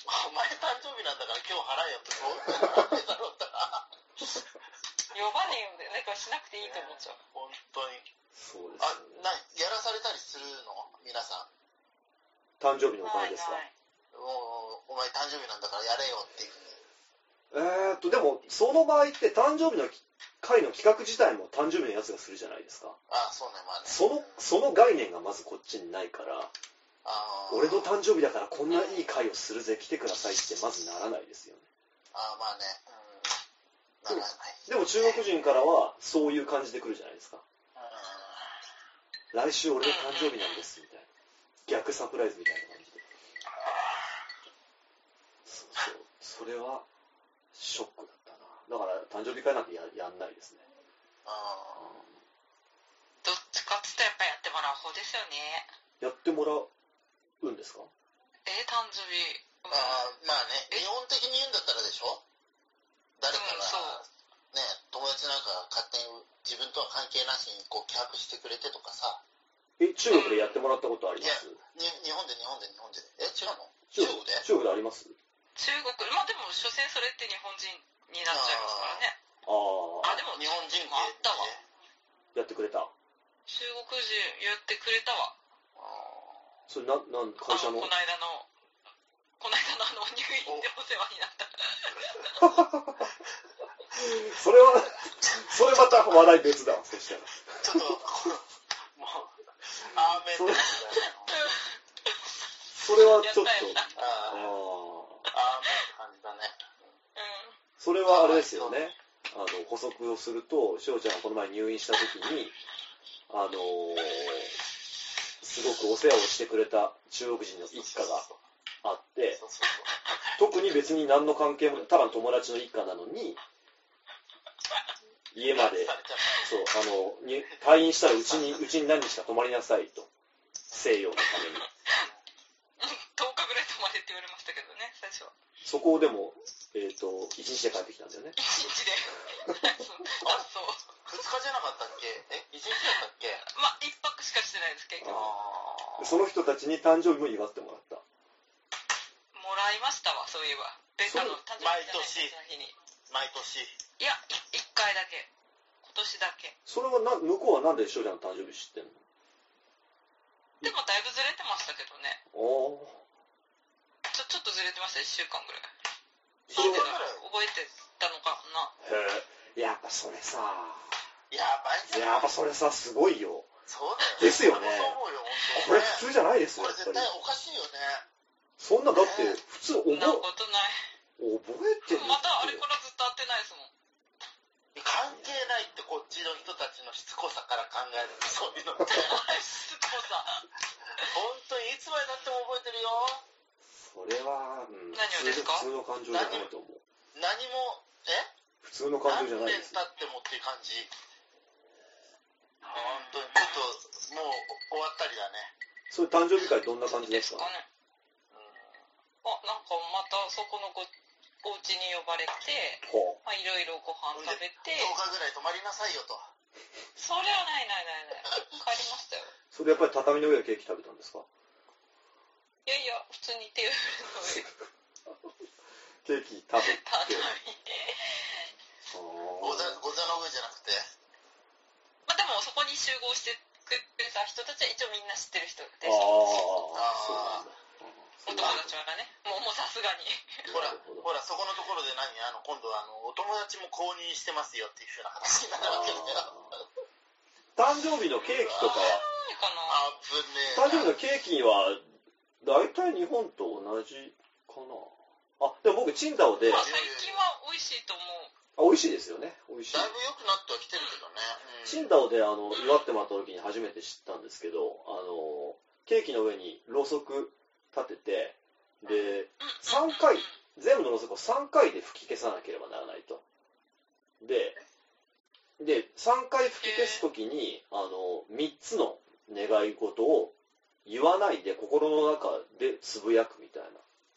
[SPEAKER 2] お前誕生日なんだから今日払えよってそう思ってだろうったら
[SPEAKER 3] 呼ばねえよねだからしなくていいと思っちゃう
[SPEAKER 2] 本当に
[SPEAKER 1] そうで
[SPEAKER 2] あ
[SPEAKER 1] すよね
[SPEAKER 2] なやらされたりするの皆さん
[SPEAKER 1] 誕生日のお
[SPEAKER 3] な
[SPEAKER 1] 金
[SPEAKER 3] い
[SPEAKER 1] ですか
[SPEAKER 3] ない
[SPEAKER 2] もうお前誕生日なんだからやれよっ
[SPEAKER 1] えーっと
[SPEAKER 2] ていう
[SPEAKER 1] でもその場合って誕生日の会の企画自体も誕生日のやつがするじゃないですか
[SPEAKER 2] ああそうねまあね
[SPEAKER 1] そのその概念がまずこっちにないから
[SPEAKER 2] ああ
[SPEAKER 1] 俺の誕生日だからこんないい会をするぜ来てくださいってまずならないですよね
[SPEAKER 2] ああまあねうんならない
[SPEAKER 1] でも中国人からはそういう感じで来るじゃないですか
[SPEAKER 2] うん
[SPEAKER 1] 来週俺の誕生日なんですみたいな逆サプライズみたいな感じでそうそうそれはショックだったなだから誕生日会なんてややんないですね
[SPEAKER 2] ああ
[SPEAKER 3] どっちかっつったらやっぱやってもらう方ですよね
[SPEAKER 1] やってもらうんですか
[SPEAKER 3] え誕生日うん
[SPEAKER 2] まあまあね日本的に言うんだったらでしょ誰か
[SPEAKER 3] うんそう
[SPEAKER 2] が、ね、友達なんかが勝手に自分とは関係なしにこう企画してくれてとかさ
[SPEAKER 1] え中国でやってもらったことあります
[SPEAKER 2] に日本で日本で日本でえ違うの
[SPEAKER 1] 中
[SPEAKER 2] 中
[SPEAKER 1] 国
[SPEAKER 2] 国
[SPEAKER 1] で
[SPEAKER 2] で
[SPEAKER 1] 中国であります
[SPEAKER 3] 中国まあでも所詮それって日本人になっちゃいますからね
[SPEAKER 1] ああ
[SPEAKER 3] あでも
[SPEAKER 2] 日本人
[SPEAKER 3] もあったわ
[SPEAKER 1] やってくれた
[SPEAKER 3] 中国人言ってくれたわ
[SPEAKER 2] あ
[SPEAKER 1] それななん会社
[SPEAKER 3] あ
[SPEAKER 1] の
[SPEAKER 3] この間のこの間のあの入院でお世話になった
[SPEAKER 1] それは、それまた話題別だわ、そしたら。
[SPEAKER 2] ーちょっとこのもうアーメンってことだよね
[SPEAKER 1] それは
[SPEAKER 3] やっ
[SPEAKER 1] ちょ
[SPEAKER 3] た
[SPEAKER 1] っと、
[SPEAKER 3] やった
[SPEAKER 1] あ
[SPEAKER 2] あ
[SPEAKER 1] ー
[SPEAKER 2] ーアーメンって感じだね
[SPEAKER 3] うん
[SPEAKER 1] それはあれですよね。あの、補足をすると、しおちゃんがこの前入院した時に、あのーすごくお世話をしてくれた中国人の一家が
[SPEAKER 2] そう
[SPEAKER 1] あって、
[SPEAKER 2] そうそう
[SPEAKER 1] 特に別に何の関係も、ただの友達の一家なのに、家まで
[SPEAKER 2] されちゃった
[SPEAKER 1] そう、あの、に退院したらうちに、うちに何日か泊まりなさいと。西洋のために。
[SPEAKER 3] 10日ぐらい泊まれって言われましたけどね最初
[SPEAKER 1] そこをでも、えっ、と、一日で帰ってきたんだよね。
[SPEAKER 3] 一日でそうあそう
[SPEAKER 2] 2日じゃなかったっけえ1日だったっけ
[SPEAKER 3] まあ一泊しかしてないです結
[SPEAKER 2] あ
[SPEAKER 3] 局
[SPEAKER 1] あ
[SPEAKER 3] も
[SPEAKER 2] あ
[SPEAKER 1] その人たちに誕生日も祝ってもらった。
[SPEAKER 3] らいましたわそういえばベカの誕生日じゃないの日に
[SPEAKER 2] 毎年
[SPEAKER 3] いやい一回だけ今年だけ
[SPEAKER 1] それはな、向こうはなんで翔ちゃんの誕生日知ってんの
[SPEAKER 3] でもだいぶずれてましたけどね
[SPEAKER 1] おー
[SPEAKER 3] ちょちょっとずれてました1週間ぐらい
[SPEAKER 1] そ
[SPEAKER 2] そ
[SPEAKER 1] れ
[SPEAKER 2] れ
[SPEAKER 1] は
[SPEAKER 2] は
[SPEAKER 3] 覚えてたのかな
[SPEAKER 1] へえ。やっぱそれさ、
[SPEAKER 2] やばいじ
[SPEAKER 1] やっ
[SPEAKER 2] ゃん
[SPEAKER 1] ぱそれさ、すごいよ。
[SPEAKER 2] そうだ
[SPEAKER 1] で
[SPEAKER 2] よ
[SPEAKER 1] すよね
[SPEAKER 2] 俺もそう思うよ
[SPEAKER 1] これ
[SPEAKER 2] 本
[SPEAKER 1] 普通じゃないです
[SPEAKER 2] 当
[SPEAKER 1] よ、
[SPEAKER 2] にねこ
[SPEAKER 1] やっ
[SPEAKER 2] れ
[SPEAKER 1] ぱり
[SPEAKER 2] 絶対。おかしいよね
[SPEAKER 1] そんな、だって、普通覚え、
[SPEAKER 3] な
[SPEAKER 1] 覚
[SPEAKER 3] ことない
[SPEAKER 1] えてる
[SPEAKER 3] またあれからずっと会ってないですもん
[SPEAKER 2] 関係ないってこっちの人たちのしつこさから考えるとそういうのって
[SPEAKER 3] あれすごさ
[SPEAKER 2] 本当にいつまでだっても覚えてるよ
[SPEAKER 1] それは、うん、
[SPEAKER 3] 何をですか
[SPEAKER 1] 普通の感情じゃないと思う。
[SPEAKER 2] 何もえ
[SPEAKER 1] 普通の感
[SPEAKER 2] 何
[SPEAKER 1] 情じゃない
[SPEAKER 2] 年
[SPEAKER 1] です
[SPEAKER 2] 経。ってもっていう感じ本当にちょっともう終わったりだね
[SPEAKER 1] それ誕生日会どんな感じ
[SPEAKER 3] で
[SPEAKER 1] ですす
[SPEAKER 3] か
[SPEAKER 1] か
[SPEAKER 3] ねあなんかまたそこのごお家に呼ばれて
[SPEAKER 1] ほ
[SPEAKER 3] まあいろいろご飯食べて
[SPEAKER 2] 10日ぐらい泊まりなさいよと
[SPEAKER 3] それはないないないない帰りましたよ
[SPEAKER 1] うそれやっぱり畳の上でケーキ食べたんですか
[SPEAKER 3] いやいや普通にテーブルの上
[SPEAKER 1] ケ
[SPEAKER 3] で
[SPEAKER 1] ーキ食べて。
[SPEAKER 3] 頼み
[SPEAKER 2] ござご座の上じゃなくて
[SPEAKER 3] まあでもそこに集合してくれた人たちは一応みんな知ってる人
[SPEAKER 1] あ
[SPEAKER 3] で
[SPEAKER 1] ーあ
[SPEAKER 3] お
[SPEAKER 1] ー、そう
[SPEAKER 3] 友
[SPEAKER 1] なんだ。
[SPEAKER 3] 達はねもうもうさすがに
[SPEAKER 2] ほら
[SPEAKER 1] なるほど
[SPEAKER 2] ほらそこのところで何あの今度はあのお友達も公認してますよっていうふうな話になるわけだよ
[SPEAKER 1] あー誕生日のケーキとかは、
[SPEAKER 3] るかな
[SPEAKER 2] 危ねえ
[SPEAKER 1] 誕生日
[SPEAKER 2] な
[SPEAKER 1] のケーキは大体日本と同じかなあでも僕チンダオで
[SPEAKER 3] ま
[SPEAKER 1] あ
[SPEAKER 3] あ最近は美味しいと思う
[SPEAKER 1] 美味しいですよね美味しい
[SPEAKER 2] だいぶ良くなってはきてるけどね、
[SPEAKER 1] チ
[SPEAKER 2] うん、
[SPEAKER 1] ンダオであの祝ってもらった時に初めて知ったんですけどあのケーキの上にろうそく立ててで
[SPEAKER 3] うん
[SPEAKER 1] 三回全部のろうそくを3回で吹き消さなければならないとでで3回吹き消す時にあの3つの願い事を言わないで心の中でつぶやくみたいな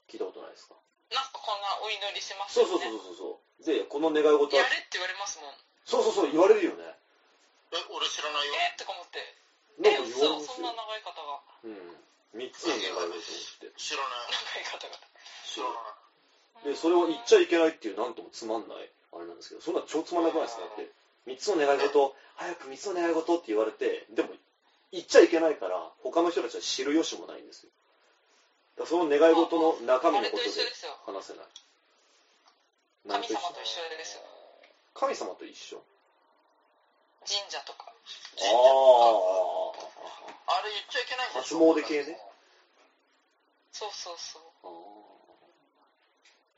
[SPEAKER 1] 聞いたことないですか
[SPEAKER 3] なんかこんなお祈りします
[SPEAKER 1] そうそ
[SPEAKER 3] よ
[SPEAKER 1] うそう
[SPEAKER 3] ね
[SPEAKER 1] そうそうでこの願い事は
[SPEAKER 3] やれって言われますもん
[SPEAKER 1] そうそうそう言われるよね
[SPEAKER 2] え俺知らないよ
[SPEAKER 3] えー、とか思って
[SPEAKER 1] な
[SPEAKER 3] え
[SPEAKER 1] んか言われ
[SPEAKER 3] 嘘
[SPEAKER 1] ます
[SPEAKER 3] そん
[SPEAKER 1] よ
[SPEAKER 3] な長い方が
[SPEAKER 1] うん、3つの願い事をって
[SPEAKER 2] 知らない
[SPEAKER 3] 長い方が
[SPEAKER 2] 知らない
[SPEAKER 1] でそれを言っちゃいけないっていうなんともつまんないあれなんですけどそんなの超つまんなくないですかだって3つの願い事早く3つの願い事って言われてでも言っちゃいけないから他の人たちは知る由もないんですよだからその願い事の中身
[SPEAKER 3] あ
[SPEAKER 1] の
[SPEAKER 3] れ
[SPEAKER 1] こととで
[SPEAKER 3] 一緒ですよ
[SPEAKER 1] 話せないなん
[SPEAKER 3] 神
[SPEAKER 1] と一緒
[SPEAKER 3] 様と一緒ですよ
[SPEAKER 1] 神様と一緒
[SPEAKER 3] 神社とか
[SPEAKER 1] ああ
[SPEAKER 2] あれ言っちゃいけないんでしょ
[SPEAKER 1] 初詣系ね
[SPEAKER 3] そうそうそう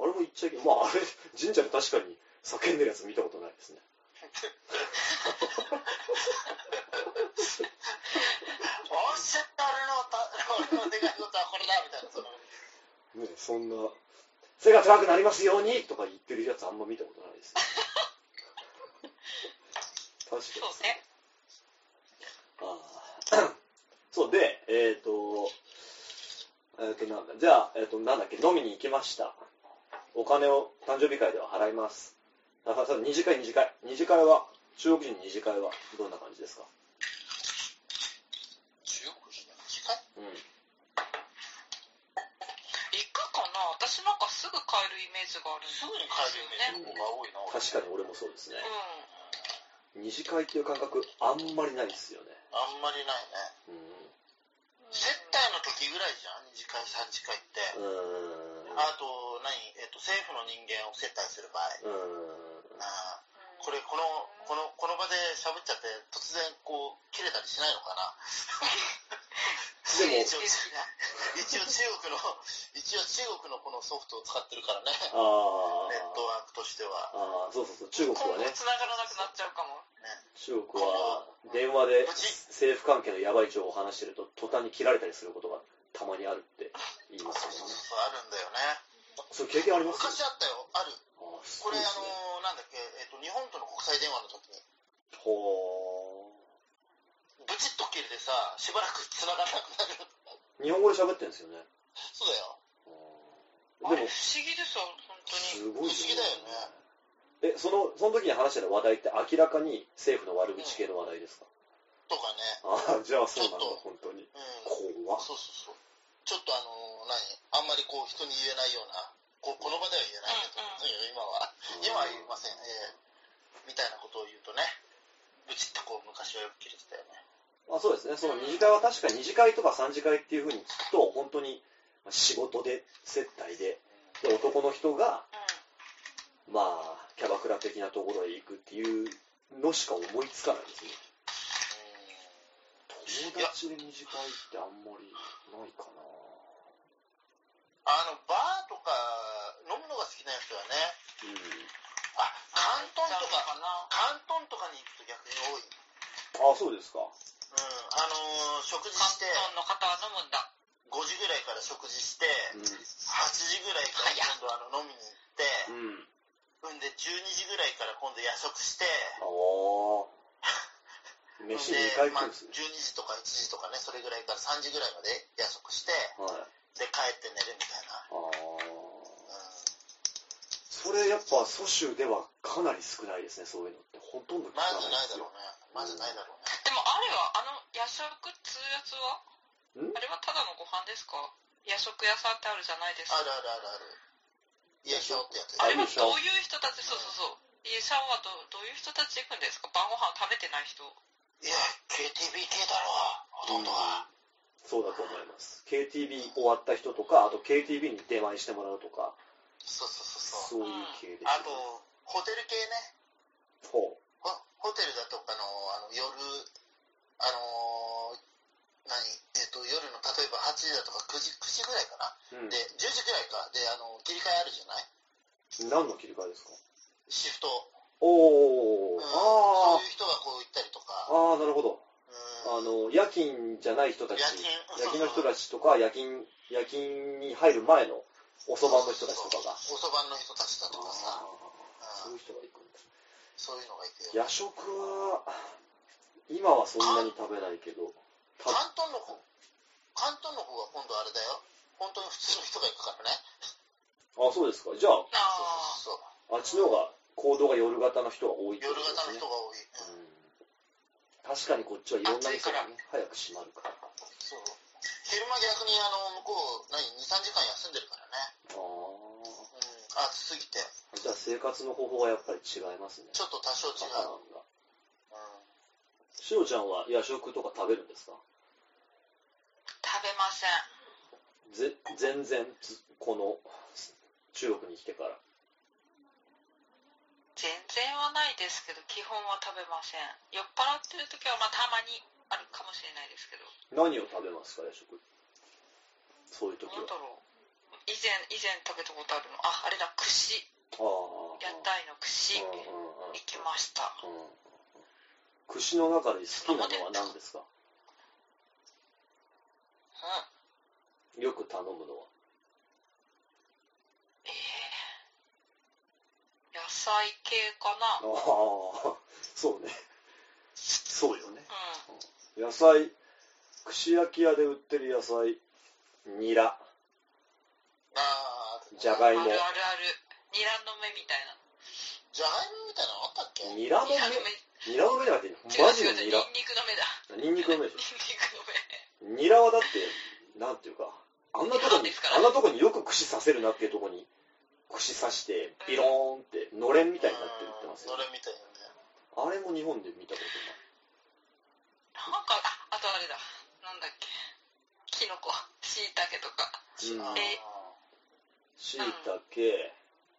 [SPEAKER 1] あーあれも言っちゃいけない。まあ、あれ、神社で確かに叫んでるやつ見たことないですね。
[SPEAKER 2] おっしゃった俺のた俺の願い事はこれだみたいなそ
[SPEAKER 1] ねそん
[SPEAKER 2] の
[SPEAKER 1] な、背が高くなりますようにとか言ってるやつあんま見たことない ですね。確か
[SPEAKER 3] そう
[SPEAKER 1] に。
[SPEAKER 3] ね
[SPEAKER 1] あー そうで、えっ、と、えっ、と、なんだ、じゃあ、えっ、と、なんだっけ、飲みに行きました。お金を誕生日会では払います。あ、さ二次会、二次会。二次会は、中国人の二次会はどんな感じですか
[SPEAKER 2] 中国人の時間
[SPEAKER 1] うん。
[SPEAKER 3] 行くかな私なんかすぐ帰るイメージがあるんです
[SPEAKER 2] す
[SPEAKER 3] よ
[SPEAKER 2] ぐに
[SPEAKER 3] ね
[SPEAKER 2] 帰るイメージの方が多いな俺
[SPEAKER 1] 確かに俺もそうですね。
[SPEAKER 3] うん
[SPEAKER 1] 二次会っていう感覚あんまりないですよね、
[SPEAKER 2] あんまりないね
[SPEAKER 1] う
[SPEAKER 2] 接待の時ぐらいじゃん2次会3次会って
[SPEAKER 1] んう
[SPEAKER 2] あと何、えっと政府の人間を接待する場合
[SPEAKER 1] ーんう
[SPEAKER 2] なあこれこのこのこの場で喋っちゃって突然こう切れたりしないのかな
[SPEAKER 1] でも
[SPEAKER 2] 一応一応中国の一応中国のこのソフトを使ってるからね
[SPEAKER 1] ーんあ
[SPEAKER 2] ネット
[SPEAKER 1] ー
[SPEAKER 2] ワークとしては
[SPEAKER 1] あーそうそうそう中国は
[SPEAKER 3] 今後
[SPEAKER 1] ね
[SPEAKER 3] 繋がらなくなっちゃうかも
[SPEAKER 1] 中国は電話で
[SPEAKER 2] こっち
[SPEAKER 1] 政府関係のヤバい情報を話してると途端に切られたりすることがたまにあるって言います
[SPEAKER 2] そう
[SPEAKER 1] よ
[SPEAKER 2] そう
[SPEAKER 1] ね
[SPEAKER 2] そうあるんだよね
[SPEAKER 1] そういう経験あります
[SPEAKER 2] 昔あったよある
[SPEAKER 1] あーす
[SPEAKER 2] こ
[SPEAKER 1] ごい
[SPEAKER 2] れあ
[SPEAKER 1] ですね
[SPEAKER 2] のなんだっけ、えっと日本との国際電話の時に
[SPEAKER 1] ほ
[SPEAKER 2] ブチッと切れてさしばらく繋がらなくなる
[SPEAKER 1] ー日本語で喋ってるんですよね
[SPEAKER 2] そうだよ
[SPEAKER 1] あー
[SPEAKER 3] あ
[SPEAKER 1] で
[SPEAKER 3] れ
[SPEAKER 1] も
[SPEAKER 3] 不思議ですよ本当に
[SPEAKER 1] すごいです
[SPEAKER 2] 不思議だよ
[SPEAKER 1] ねえそのその時に話してた話題って明らかに政府の悪口系の話題ですか、
[SPEAKER 2] とか
[SPEAKER 1] ああ
[SPEAKER 2] ね
[SPEAKER 1] じゃあそうなんだ
[SPEAKER 2] ちょっと
[SPEAKER 1] 本当に
[SPEAKER 2] うん
[SPEAKER 1] 怖っ
[SPEAKER 2] そうそうそう。ちょっとあの何あんまりこう人に言えないような、ここの場では言えないけど、
[SPEAKER 3] う
[SPEAKER 2] 今は、今は言えません、えーみたいなことを言うとね、ブチッとこう昔はよく切れてたよね。
[SPEAKER 1] あそうですねその二次会は確かに二次会とか三次会っていうふうに聞くと本当にまあ仕事で接待でで男の人が
[SPEAKER 3] う
[SPEAKER 1] まあキャバクラ的なところへ行くっていうのしか思いつかないですね友達で二次会ってあんまりないかな
[SPEAKER 2] あの、バーとか飲むのが好きな人はね、
[SPEAKER 1] う
[SPEAKER 2] あ、関東と
[SPEAKER 3] ん
[SPEAKER 2] か、
[SPEAKER 3] かな
[SPEAKER 2] 関東とかに行くと逆に
[SPEAKER 1] ん
[SPEAKER 2] 多い。
[SPEAKER 1] あそうですか
[SPEAKER 2] うん、あのー食事
[SPEAKER 3] 関
[SPEAKER 2] して、
[SPEAKER 3] 東の方は飲むんだ
[SPEAKER 2] 5時ぐらいから食事して、
[SPEAKER 1] うん
[SPEAKER 2] 8時ぐらいから今度あの飲みに行
[SPEAKER 1] うん
[SPEAKER 2] って、うんで12時ぐらいから今度夜食して
[SPEAKER 1] あ あ
[SPEAKER 2] うん
[SPEAKER 1] 飯二回
[SPEAKER 2] で、ま
[SPEAKER 1] 行くん
[SPEAKER 2] あ、
[SPEAKER 1] です
[SPEAKER 2] 12
[SPEAKER 1] ね
[SPEAKER 2] 時とか1時とかねそれぐらいから3時ぐらいまで夜食して
[SPEAKER 1] はいあ
[SPEAKER 2] で帰って寝るみたいな、
[SPEAKER 1] あ
[SPEAKER 2] う
[SPEAKER 1] それやっぱ蘇州ではかなり少ないですねそういうのってほとんど聞か
[SPEAKER 2] ん、ま
[SPEAKER 1] ない
[SPEAKER 2] ずない
[SPEAKER 1] です
[SPEAKER 2] だ
[SPEAKER 1] よ
[SPEAKER 2] ろうねまずないだろうね
[SPEAKER 3] でもあれはあの夜食っつうやつは
[SPEAKER 1] ん
[SPEAKER 3] あれはただのご飯ですか夜食屋さんってあるじゃないです
[SPEAKER 2] あ
[SPEAKER 3] か
[SPEAKER 2] るあるあるある夜食ってやつ
[SPEAKER 3] あれは
[SPEAKER 1] 夜宵
[SPEAKER 3] どういう人たちそうそうそうイエシャンはどどういう人たち行くんですか晩ご飯を食べてない人
[SPEAKER 2] いや KTB 系だろうほとんどが、
[SPEAKER 1] そうだと思います KTB 終わった人とかあと KTB に出前してもらうとか
[SPEAKER 2] そうそうそうそ
[SPEAKER 1] そ
[SPEAKER 2] う
[SPEAKER 1] ういう系です、ね、
[SPEAKER 2] あとホテル系ね
[SPEAKER 1] ほ
[SPEAKER 2] ホホテルだとかのあの夜あのーらいかな。で、10時くらいか。で、あの、切り替えあるじゃない
[SPEAKER 1] うん、何の切り替えですか
[SPEAKER 2] シフト。
[SPEAKER 1] おー、
[SPEAKER 2] うん
[SPEAKER 1] あ
[SPEAKER 2] そういう人がこう行ったりとか。
[SPEAKER 1] あ、ああ、なるほど。
[SPEAKER 2] うん
[SPEAKER 1] あの、夜勤じゃない人たち、
[SPEAKER 2] 夜勤
[SPEAKER 1] 夜勤の人たちとか、夜勤、夜勤に入る前の遅番の人たちとかが。
[SPEAKER 2] 遅番の人たちだとかさ、
[SPEAKER 1] そううんいう人が行くんです。
[SPEAKER 2] そういうのがいて。
[SPEAKER 1] 夜食は、今はそんなに食べないけど、た
[SPEAKER 2] 関東の方、関東の方は今度あれだよ。本当に普通の人が行くからね。
[SPEAKER 1] あ、そうですか。じゃあ、
[SPEAKER 3] あ
[SPEAKER 2] そう
[SPEAKER 1] あっ
[SPEAKER 2] そうそう。
[SPEAKER 1] ちの方が行動が夜型の人が多いって
[SPEAKER 2] 夜
[SPEAKER 1] ことで
[SPEAKER 2] 型
[SPEAKER 1] す
[SPEAKER 2] の
[SPEAKER 1] ね
[SPEAKER 2] 人。が多い。
[SPEAKER 1] う
[SPEAKER 2] うん
[SPEAKER 1] ん確かにこっちはいろんな店がね、早く閉まるから。
[SPEAKER 2] そう。昼間逆にあの、向こう、何、2、3時間休んでるから
[SPEAKER 1] あ
[SPEAKER 2] ね。
[SPEAKER 1] あ。
[SPEAKER 2] うん。暑すぎて。
[SPEAKER 1] じゃあ生活の方法がやっぱり違いますね。
[SPEAKER 2] ちょっと多少違
[SPEAKER 1] パター
[SPEAKER 2] う。
[SPEAKER 1] ンが。
[SPEAKER 2] うん。
[SPEAKER 1] しおちゃんは夜食とか食べるんですか
[SPEAKER 3] 食べません
[SPEAKER 1] ぜ全然つこの中国に来てから
[SPEAKER 3] 全然はないですけど基本は食べません酔っ払ってる時はまあたまにあるかもしれないですけど
[SPEAKER 1] 何を食べますか夜食そういう時は
[SPEAKER 3] 何だろう以前以前食べたことあるのああれだ串
[SPEAKER 1] ああ
[SPEAKER 3] 屋台の
[SPEAKER 1] う
[SPEAKER 3] 串
[SPEAKER 1] んうんう
[SPEAKER 3] 行
[SPEAKER 1] ん
[SPEAKER 3] きました
[SPEAKER 1] うん串の中で好きなのは何ですか
[SPEAKER 3] うん
[SPEAKER 1] よく頼むのは
[SPEAKER 3] えー、野菜系かなうん
[SPEAKER 1] ああそうねそうよね
[SPEAKER 3] う
[SPEAKER 1] 野菜串焼き屋で売ってる野菜ニラ
[SPEAKER 2] あー
[SPEAKER 1] じゃがい
[SPEAKER 3] んあ
[SPEAKER 1] も
[SPEAKER 3] るあるあるニラの芽みたいな
[SPEAKER 2] じゃがいもみたいなのあった
[SPEAKER 1] ニラの
[SPEAKER 2] っけ
[SPEAKER 3] ニラの芽
[SPEAKER 1] 芽ニラの芽じゃなくて
[SPEAKER 3] 違う
[SPEAKER 1] マジのニラ
[SPEAKER 3] 違う違うニンニクの芽だ
[SPEAKER 1] ニンニクの芽でしょ
[SPEAKER 3] ニ
[SPEAKER 1] ニ
[SPEAKER 3] ンニクの芽
[SPEAKER 1] ラはだって、なんていうか、あんなとこ
[SPEAKER 3] そう
[SPEAKER 1] に
[SPEAKER 3] ですか、ら
[SPEAKER 1] あんなとこによく串刺せるなっていうとこに、串刺して、ビローンって、のれんみたいになって売ってますよ
[SPEAKER 2] うん
[SPEAKER 1] ね。
[SPEAKER 2] のれんみたいなね。
[SPEAKER 1] あれも日本で見たこ
[SPEAKER 3] なんかああとあれだなんだっけキノコしいたけとか
[SPEAKER 1] とない。うん。
[SPEAKER 3] え
[SPEAKER 1] しいたけ、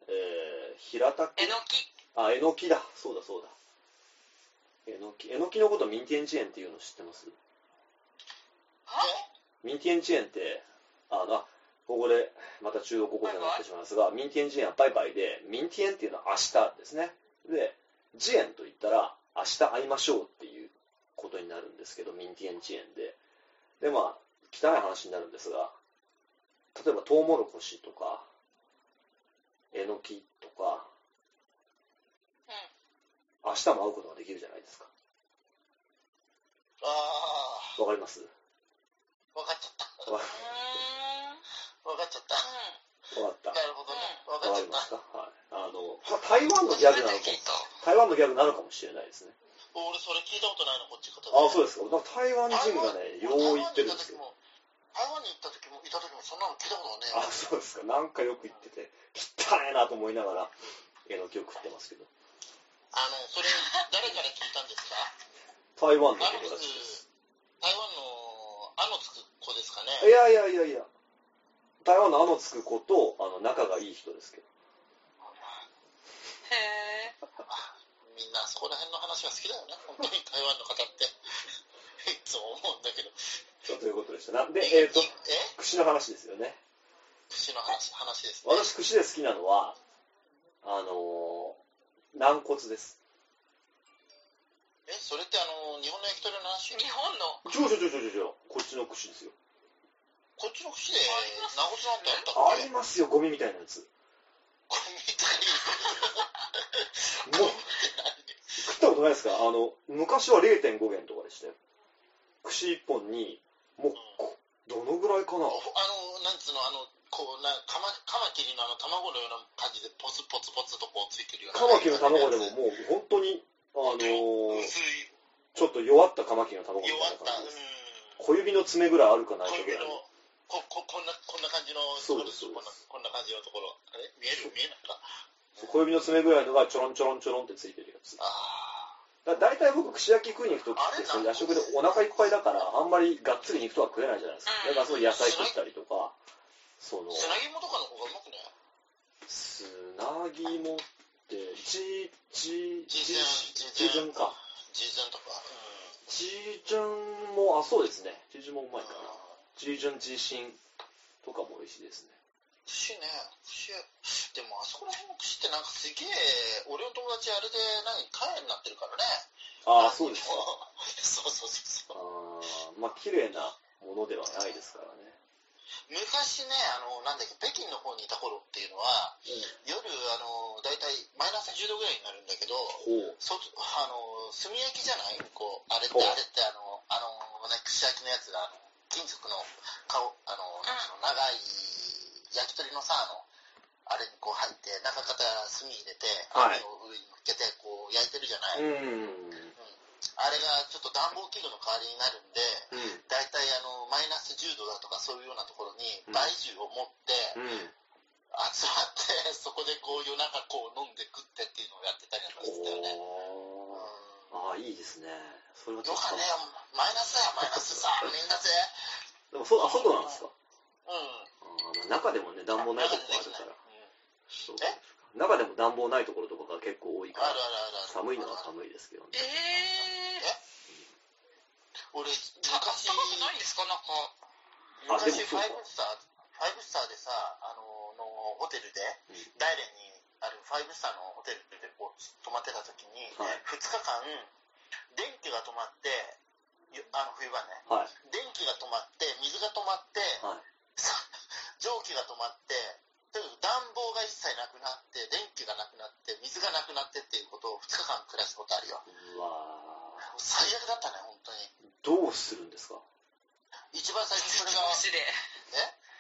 [SPEAKER 1] えー、ひらた
[SPEAKER 3] え
[SPEAKER 1] け
[SPEAKER 3] の。き
[SPEAKER 1] あ、えのきだ。そうだそうだ。えのき。えのきのことミンティエンチェーンっていうの知ってます
[SPEAKER 3] あ
[SPEAKER 1] ミンティエンチェーンって、あの、あここでまた中国語になってしまいますが、ミンティエンチェーンはバイバイで、ミンティエンっていうのは明日ですね。で、ジエンと言ったら、明日会いましょうっていうことになるんですけど、ミンティエンチェーンで。で、まあ、汚い話になるんですが、例えばトウモロコシとか、えのきとか、
[SPEAKER 3] うん
[SPEAKER 1] 明日も会うことができるじゃないですか。
[SPEAKER 2] あ
[SPEAKER 1] わ
[SPEAKER 2] あ
[SPEAKER 1] かります
[SPEAKER 2] ー、わかっちゃった。
[SPEAKER 1] わ
[SPEAKER 3] うーん
[SPEAKER 2] わかっちゃった。
[SPEAKER 1] わかった。
[SPEAKER 2] なるほどね。わか
[SPEAKER 1] わ
[SPEAKER 2] っ
[SPEAKER 1] か
[SPEAKER 2] ち
[SPEAKER 1] り
[SPEAKER 2] ゃっ
[SPEAKER 1] ま
[SPEAKER 2] た。
[SPEAKER 1] すかはい。あの、まあ台湾
[SPEAKER 3] うん
[SPEAKER 1] のギャ
[SPEAKER 3] 初
[SPEAKER 1] グ
[SPEAKER 3] め
[SPEAKER 1] なの
[SPEAKER 3] て
[SPEAKER 1] か
[SPEAKER 3] 聞いた
[SPEAKER 1] 台湾のギャグなのかもしれないですね。
[SPEAKER 2] 俺それ聞いたことないの、こっち方
[SPEAKER 1] ああ、そう
[SPEAKER 2] う
[SPEAKER 1] ですか。なんか台湾人がね、よう言ってるんですよ。
[SPEAKER 2] 台湾に行った時も、いた時もそんなの聞いたことねえ
[SPEAKER 1] あ
[SPEAKER 2] な。
[SPEAKER 1] そうですか。なんかよく言ってて、汚いなと思いながら、えのきを食ってますけど。
[SPEAKER 2] あの、それ、誰から聞いたんですか
[SPEAKER 1] 台湾の
[SPEAKER 2] ア
[SPEAKER 1] 友
[SPEAKER 2] ノ
[SPEAKER 1] 達
[SPEAKER 2] ツ
[SPEAKER 1] です。、
[SPEAKER 2] 台湾の、あのつく子ですか
[SPEAKER 1] い
[SPEAKER 2] ね。
[SPEAKER 1] やいやいやいや。台湾のあのつく子と、あの、仲がいい人ですけど。
[SPEAKER 3] へえ
[SPEAKER 2] みんなそこら辺の話が好きだ よね、本当に台湾の方って。 いつも思うんだけど。
[SPEAKER 1] そうということでした。なんで、えっ、と、
[SPEAKER 2] え
[SPEAKER 1] 串の話ですよね。
[SPEAKER 2] 串の話、話ですね。
[SPEAKER 1] 私、串で好きなのは、あのー軟骨です。
[SPEAKER 2] え、それってあの、日本の焼き鳥の話
[SPEAKER 3] 日本の
[SPEAKER 1] ちょちょちょちょちょちょ、こっちの串ですよ。
[SPEAKER 2] こっちの串で、
[SPEAKER 3] あります
[SPEAKER 2] 名越なんてあった
[SPEAKER 1] あ
[SPEAKER 2] っ
[SPEAKER 1] り
[SPEAKER 2] け
[SPEAKER 1] ますよ、ゴミみたいなやつ。
[SPEAKER 2] これ見たい。
[SPEAKER 1] もう、食ったことないですかあの、昔は0.5元とかでしたよ。串1本に、もう、こどのぐらいかな
[SPEAKER 2] あの、なんつうの、あの、こう、な、カマ、カマキリのあの、卵のような感じで、ポツポツポツとこう、ついてるような。
[SPEAKER 1] カマキリの卵でもも
[SPEAKER 2] も
[SPEAKER 1] う本当に、あのー
[SPEAKER 2] 薄い、
[SPEAKER 1] ちょっと弱ったカマキリの卵みたいな
[SPEAKER 2] 弱った、
[SPEAKER 1] 感
[SPEAKER 2] う
[SPEAKER 1] じです。
[SPEAKER 2] ん。
[SPEAKER 1] 小指の爪ぐらいあるかない
[SPEAKER 2] こ
[SPEAKER 1] かぐ
[SPEAKER 2] れ
[SPEAKER 1] らい
[SPEAKER 2] の。こここんなこんな感じの
[SPEAKER 1] そうで
[SPEAKER 2] ところ
[SPEAKER 1] すそう
[SPEAKER 2] こん
[SPEAKER 1] で
[SPEAKER 2] な
[SPEAKER 1] す
[SPEAKER 2] こんな感じのところあれ見える見えないか
[SPEAKER 1] そう小指の爪ぐらいのがちょろんちょろんちょろんってついてるやつ。
[SPEAKER 2] あ
[SPEAKER 1] だ大体僕、串焼き食いに行くとき
[SPEAKER 2] あ
[SPEAKER 1] っ
[SPEAKER 2] れ
[SPEAKER 1] て、その夜食でお腹いっぱいだから、あんまりがっつり肉とは食えないじゃないですか。
[SPEAKER 3] う
[SPEAKER 1] だ
[SPEAKER 3] ん
[SPEAKER 1] からそういう野菜食ったりとか、その
[SPEAKER 2] あ。砂肝とかの方がうまくない
[SPEAKER 1] つなぎもって、ち、ち、ち
[SPEAKER 2] じい、
[SPEAKER 1] ちじ
[SPEAKER 2] じ
[SPEAKER 1] ゅんか。
[SPEAKER 2] じいちゃんとか
[SPEAKER 1] ちじゅんも、あ、そうですね。ちじゅんもう
[SPEAKER 2] う
[SPEAKER 1] まい
[SPEAKER 2] ん
[SPEAKER 1] かな。ちじゅん、ちしん、とかも美味しいですね。
[SPEAKER 2] 串ね串でもあそこら辺の串ってなんかすげえ俺の友達あれで何カヤになってるからね
[SPEAKER 1] ああ、そうですか。
[SPEAKER 2] そう そうそうそう
[SPEAKER 1] あーまあ、綺麗なものではないですからね。
[SPEAKER 2] 昔ねあのなんだっけ北京の方にいた頃っていうのは夜あの大体マイナス10度ぐらいになるんだけど
[SPEAKER 1] ほう。
[SPEAKER 2] そあの炭焼きじゃないこうあれって
[SPEAKER 1] ほう
[SPEAKER 2] あれってあのあの、ね、串焼きのやつがあの金属の顔あの
[SPEAKER 3] ん
[SPEAKER 2] その長い焼き鳥のさあのあれにこう入って中方炭入れて
[SPEAKER 1] はい
[SPEAKER 2] 網を上に乗っけてこう焼いてるじゃない、
[SPEAKER 1] うん。
[SPEAKER 2] あれがちょっと暖房器具の代わりになるんで
[SPEAKER 1] うん。
[SPEAKER 2] 大体あのマイナス10度だとかそういうようなところに
[SPEAKER 1] うん
[SPEAKER 2] 倍重を持っ
[SPEAKER 1] うん。
[SPEAKER 2] て集まってそこでこう夜中こう飲んで食ってっていうのをやってたりなんかしてたよね、
[SPEAKER 1] おーああ、
[SPEAKER 2] うん
[SPEAKER 1] いいですね。それはちょっ
[SPEAKER 2] どうかね、
[SPEAKER 1] と。
[SPEAKER 2] マイナスだよ、マイナスさ、みんなぜ。
[SPEAKER 1] でも、そう、あ、そうなんですか。
[SPEAKER 2] うん。
[SPEAKER 1] あーまあ中でもね、暖房ないところあるから。
[SPEAKER 2] うん
[SPEAKER 1] そうですか中でも暖房ないところとかが結構多いか
[SPEAKER 2] あ
[SPEAKER 1] ら
[SPEAKER 2] る、あるあるある。
[SPEAKER 1] 寒いのは寒いですけどね。
[SPEAKER 3] えー、
[SPEAKER 2] 俺、
[SPEAKER 3] た高
[SPEAKER 2] 昔、
[SPEAKER 3] くないんですかなんか
[SPEAKER 1] あでも
[SPEAKER 2] 昔、
[SPEAKER 1] そうか
[SPEAKER 2] ファイブスター、ファイブスターでさ、あの、のホテルで
[SPEAKER 1] うん、
[SPEAKER 2] 大連にあるファイブスターのホテルでこう泊まってた時に、
[SPEAKER 1] はい
[SPEAKER 2] 2日間、電気が止まって、よあの冬場
[SPEAKER 1] は
[SPEAKER 2] ね、
[SPEAKER 1] い。
[SPEAKER 2] 電気が止まって、水が止まって、
[SPEAKER 1] はい。
[SPEAKER 2] 蒸気が止まって、とにかく暖房が一切なくなって、電気がなくなって、水がなくなってっていうことを2日間暮らしたことあるよ。
[SPEAKER 1] うわ
[SPEAKER 2] 最悪だったね、本当
[SPEAKER 1] ーど
[SPEAKER 2] に。
[SPEAKER 1] うするんですか
[SPEAKER 2] 一番最初それが、
[SPEAKER 3] 星で
[SPEAKER 2] え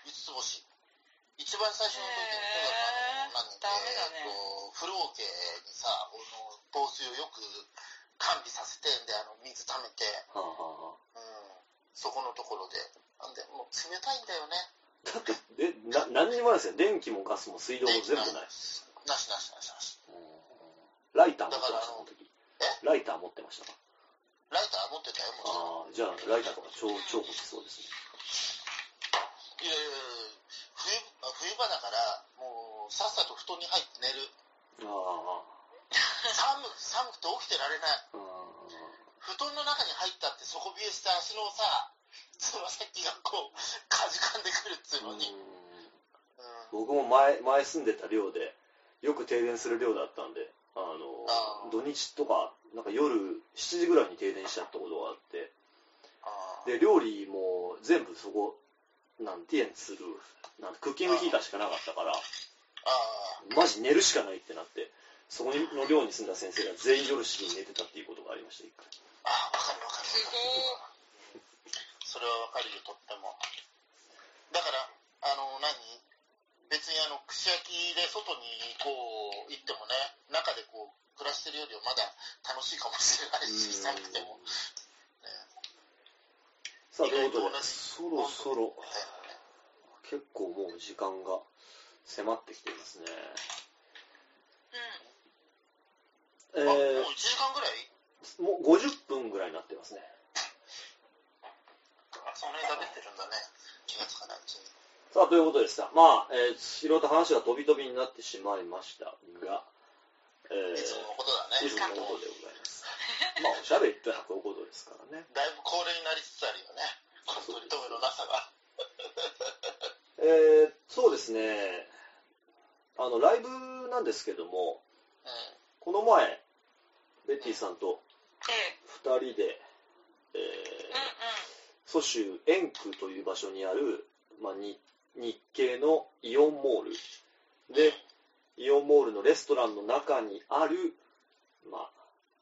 [SPEAKER 2] 五つ星。一番最初の時に、
[SPEAKER 3] へー
[SPEAKER 2] だからあの、なん
[SPEAKER 3] ダメ
[SPEAKER 2] え
[SPEAKER 3] だね
[SPEAKER 2] ーと風呂桶にさ、この防水をよく完備させて、で、あの、水溜めて、
[SPEAKER 1] はあ、はあは
[SPEAKER 2] うん、そこのところで。なんで、もう冷たいんだよね。
[SPEAKER 1] あ、だって、え、な、何時前ですよ。電気もガスも水道も全部ない。
[SPEAKER 2] なしなしなしなし。
[SPEAKER 1] ライター持ってました、その時。
[SPEAKER 2] え
[SPEAKER 1] ライター持ってましたか
[SPEAKER 2] ライター持ってたよ、もちろん。
[SPEAKER 1] ああ、じゃあ、ライターとか超、超欲しそうですね。
[SPEAKER 2] いやいやいや冬あ冬場だからもうさっさと布団に入って寝る
[SPEAKER 1] ああ、
[SPEAKER 2] 寒く寒くて起きてられない
[SPEAKER 1] ああ、
[SPEAKER 2] 布団の中に入ったって底冷えして足のさつま先がこうかじかんでくるっつう
[SPEAKER 1] う
[SPEAKER 2] の
[SPEAKER 1] ん
[SPEAKER 2] に、うん
[SPEAKER 1] 僕も前、前住んでた寮で、よく停電する寮だったんで、あの、
[SPEAKER 2] あー
[SPEAKER 1] 土日とか、なんか夜7時ぐらいに停電しちゃったことがあって、
[SPEAKER 2] あー
[SPEAKER 1] で、料理も全部そこ、なんて言うんする、なんクッキングヒーターしかなかったから、
[SPEAKER 2] あ
[SPEAKER 1] マジ寝るしかないってなって、そこの寮に住んだ先生が全員夜7時に寝てたっていうことがありました、一回。
[SPEAKER 2] ーあーわかるわかる
[SPEAKER 3] すごい
[SPEAKER 2] それはわかるよとってもだからあの何別にあの串焼きで外にこう行ってもね中でこう暮らしてるよりはまだ楽しいかもしれないし寒くても
[SPEAKER 1] さあ、ということ
[SPEAKER 2] 意外と
[SPEAKER 1] で
[SPEAKER 2] 同、じ
[SPEAKER 1] そろそろ
[SPEAKER 2] だよね
[SPEAKER 1] 結構もう時間が迫ってきていますね。
[SPEAKER 3] うん
[SPEAKER 1] え
[SPEAKER 2] あ、もう1時間ぐらい
[SPEAKER 1] ー、もう50分ぐらいになってますね。
[SPEAKER 2] あその間出てるんだね。気がつかないうちに。
[SPEAKER 1] さあ、ということでした。まあ、えー、いろいろと話が飛び飛びになってしまいましたが、えー、
[SPEAKER 2] いつものことだね。
[SPEAKER 1] いつものことでございます。まあ、おしゃべりってのはこういうことですからね。
[SPEAKER 2] だいぶ高齢になりつつあるよね。この取り留めのなさが。
[SPEAKER 1] えー、そうですね、あの、ライブなんですけども、
[SPEAKER 2] うん。
[SPEAKER 1] この前、ベッティさんと
[SPEAKER 3] え
[SPEAKER 1] 2人で、え
[SPEAKER 3] え
[SPEAKER 1] ー
[SPEAKER 3] うんうん
[SPEAKER 1] 蘇州円空という場所にある、まあ、に日系のイオンモールでイオンモールのレストランの中にある、まあ、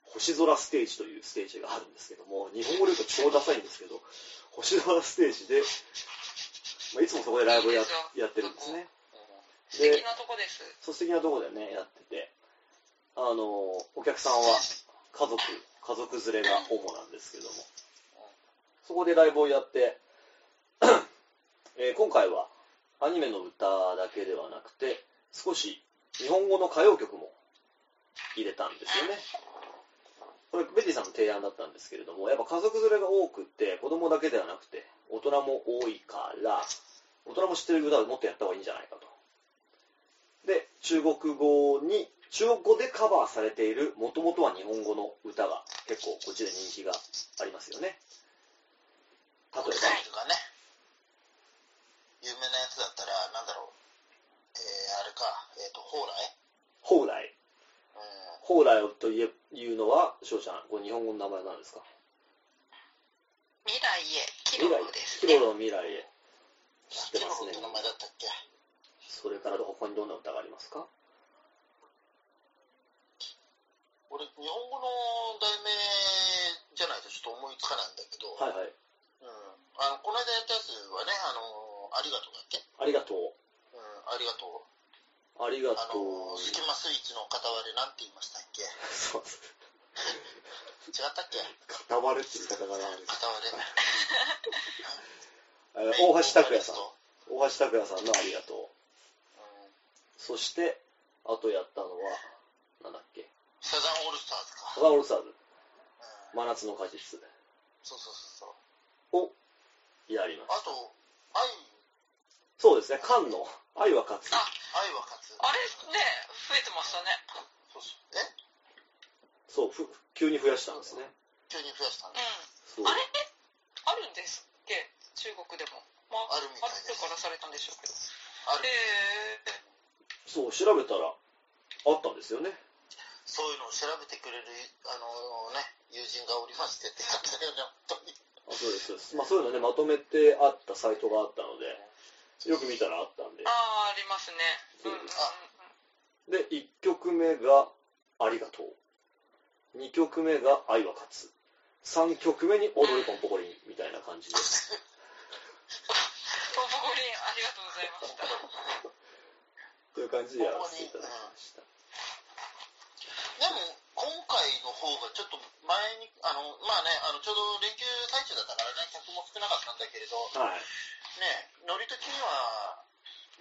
[SPEAKER 1] 星空ステージというステージがあるんですけども日本語で言うと超ダサいんですけど星空ステージで、まあ、いつもそこでライブをややってるんですね
[SPEAKER 3] 素
[SPEAKER 1] で
[SPEAKER 3] 敵なとこです
[SPEAKER 1] そう素敵なところでねやっててあのお客さんは家族家族連れが主なんですけどもそこでライブをやって、えー今回はアニメの歌だけではなくて少し日本語の歌謡曲も入れたんですよねこれベティさんの提案だったんですけれどもやっぱ家族連れが多くって子供だけではなくて大人も多いから大人も知ってる歌をもっとやった方がいいんじゃないかとで中国語に中国語でカバーされているもともとは日本語の歌が結構こっちで人気がありますよね例えば
[SPEAKER 2] 例えば。有名なやつあれか、えっ、と、蓬
[SPEAKER 1] 蓬
[SPEAKER 2] 莱
[SPEAKER 1] 莱。
[SPEAKER 2] う
[SPEAKER 1] 蓬
[SPEAKER 2] ん。
[SPEAKER 1] 莱といえいうのは、翔ちゃん、これ日本語の名前なんですか
[SPEAKER 3] 未来へキロロです
[SPEAKER 1] キ
[SPEAKER 3] ね
[SPEAKER 1] ロロ未来へ。知って
[SPEAKER 2] キ
[SPEAKER 1] ま
[SPEAKER 2] ロ
[SPEAKER 1] す
[SPEAKER 2] ロ
[SPEAKER 1] ね
[SPEAKER 2] って。名前だったっけ
[SPEAKER 1] それから他にどんな歌がありますか
[SPEAKER 2] 俺、日本語の題名じゃないとちょっと思いつかないんだけど、
[SPEAKER 1] はいはい。
[SPEAKER 2] うん。あの、この間やったやつはね、あの、ありがとうだっけ
[SPEAKER 1] ありがとう。
[SPEAKER 2] うん、ありがとう。
[SPEAKER 1] ありがと
[SPEAKER 2] あの、
[SPEAKER 1] う。
[SPEAKER 2] スキマスイッチの片割れなんて言いましたっけ
[SPEAKER 1] そう です。
[SPEAKER 2] 違ったっけ
[SPEAKER 1] 固まるって言い方がなんです。
[SPEAKER 2] 片割れ。
[SPEAKER 1] えー大橋拓也さん。大橋拓也さんのありがとう。
[SPEAKER 2] うん
[SPEAKER 1] そして、あとやったのは、なんだっけ。
[SPEAKER 2] サザンオールスターズか。
[SPEAKER 1] サザンオールスターズ、
[SPEAKER 2] うん
[SPEAKER 1] 真夏の果実
[SPEAKER 2] そうそうそうそう。
[SPEAKER 1] をやりました。
[SPEAKER 2] あと、愛、
[SPEAKER 1] そうですね、菅の愛は勝つ。
[SPEAKER 3] あ
[SPEAKER 2] 愛は勝つ。
[SPEAKER 3] あれね増えてましたね
[SPEAKER 2] そうそうえ
[SPEAKER 1] そう、ふ急に増やしたんですね。
[SPEAKER 2] 急に増やした
[SPEAKER 3] う
[SPEAKER 2] ね。
[SPEAKER 3] ん
[SPEAKER 1] そう
[SPEAKER 3] あれあるんですっけ中国でも、まあ、
[SPEAKER 2] あるみた
[SPEAKER 3] あ
[SPEAKER 2] い
[SPEAKER 3] っ
[SPEAKER 2] で
[SPEAKER 3] て
[SPEAKER 2] す。
[SPEAKER 3] からされたんでしょうけど
[SPEAKER 2] ある。
[SPEAKER 3] へえ
[SPEAKER 1] そう、調べたら、あったんですよね。
[SPEAKER 2] そういうのを調べてくれる、あのね、友人がおりましてって感じだよね、本当に。
[SPEAKER 1] あそうですそうです。まあそういうのね、まとめてあったサイトがあったので、よく見たらあったんで
[SPEAKER 3] あ。あありますねうんうんうんうん
[SPEAKER 1] で、1曲目が、ありがとう。2曲目が、愛は勝つ。3曲目に、踊るポンポコリン、みたいな感じで。
[SPEAKER 3] ポンポコリンありがとうございました
[SPEAKER 1] という感じでやらせていただきました。
[SPEAKER 2] でも、今回の方がちょっと前に、あの、まあね、あの、ちょうど連休最中だったからね、客も少なかったんだけれど、
[SPEAKER 1] はい。
[SPEAKER 2] ね、ノリ的には、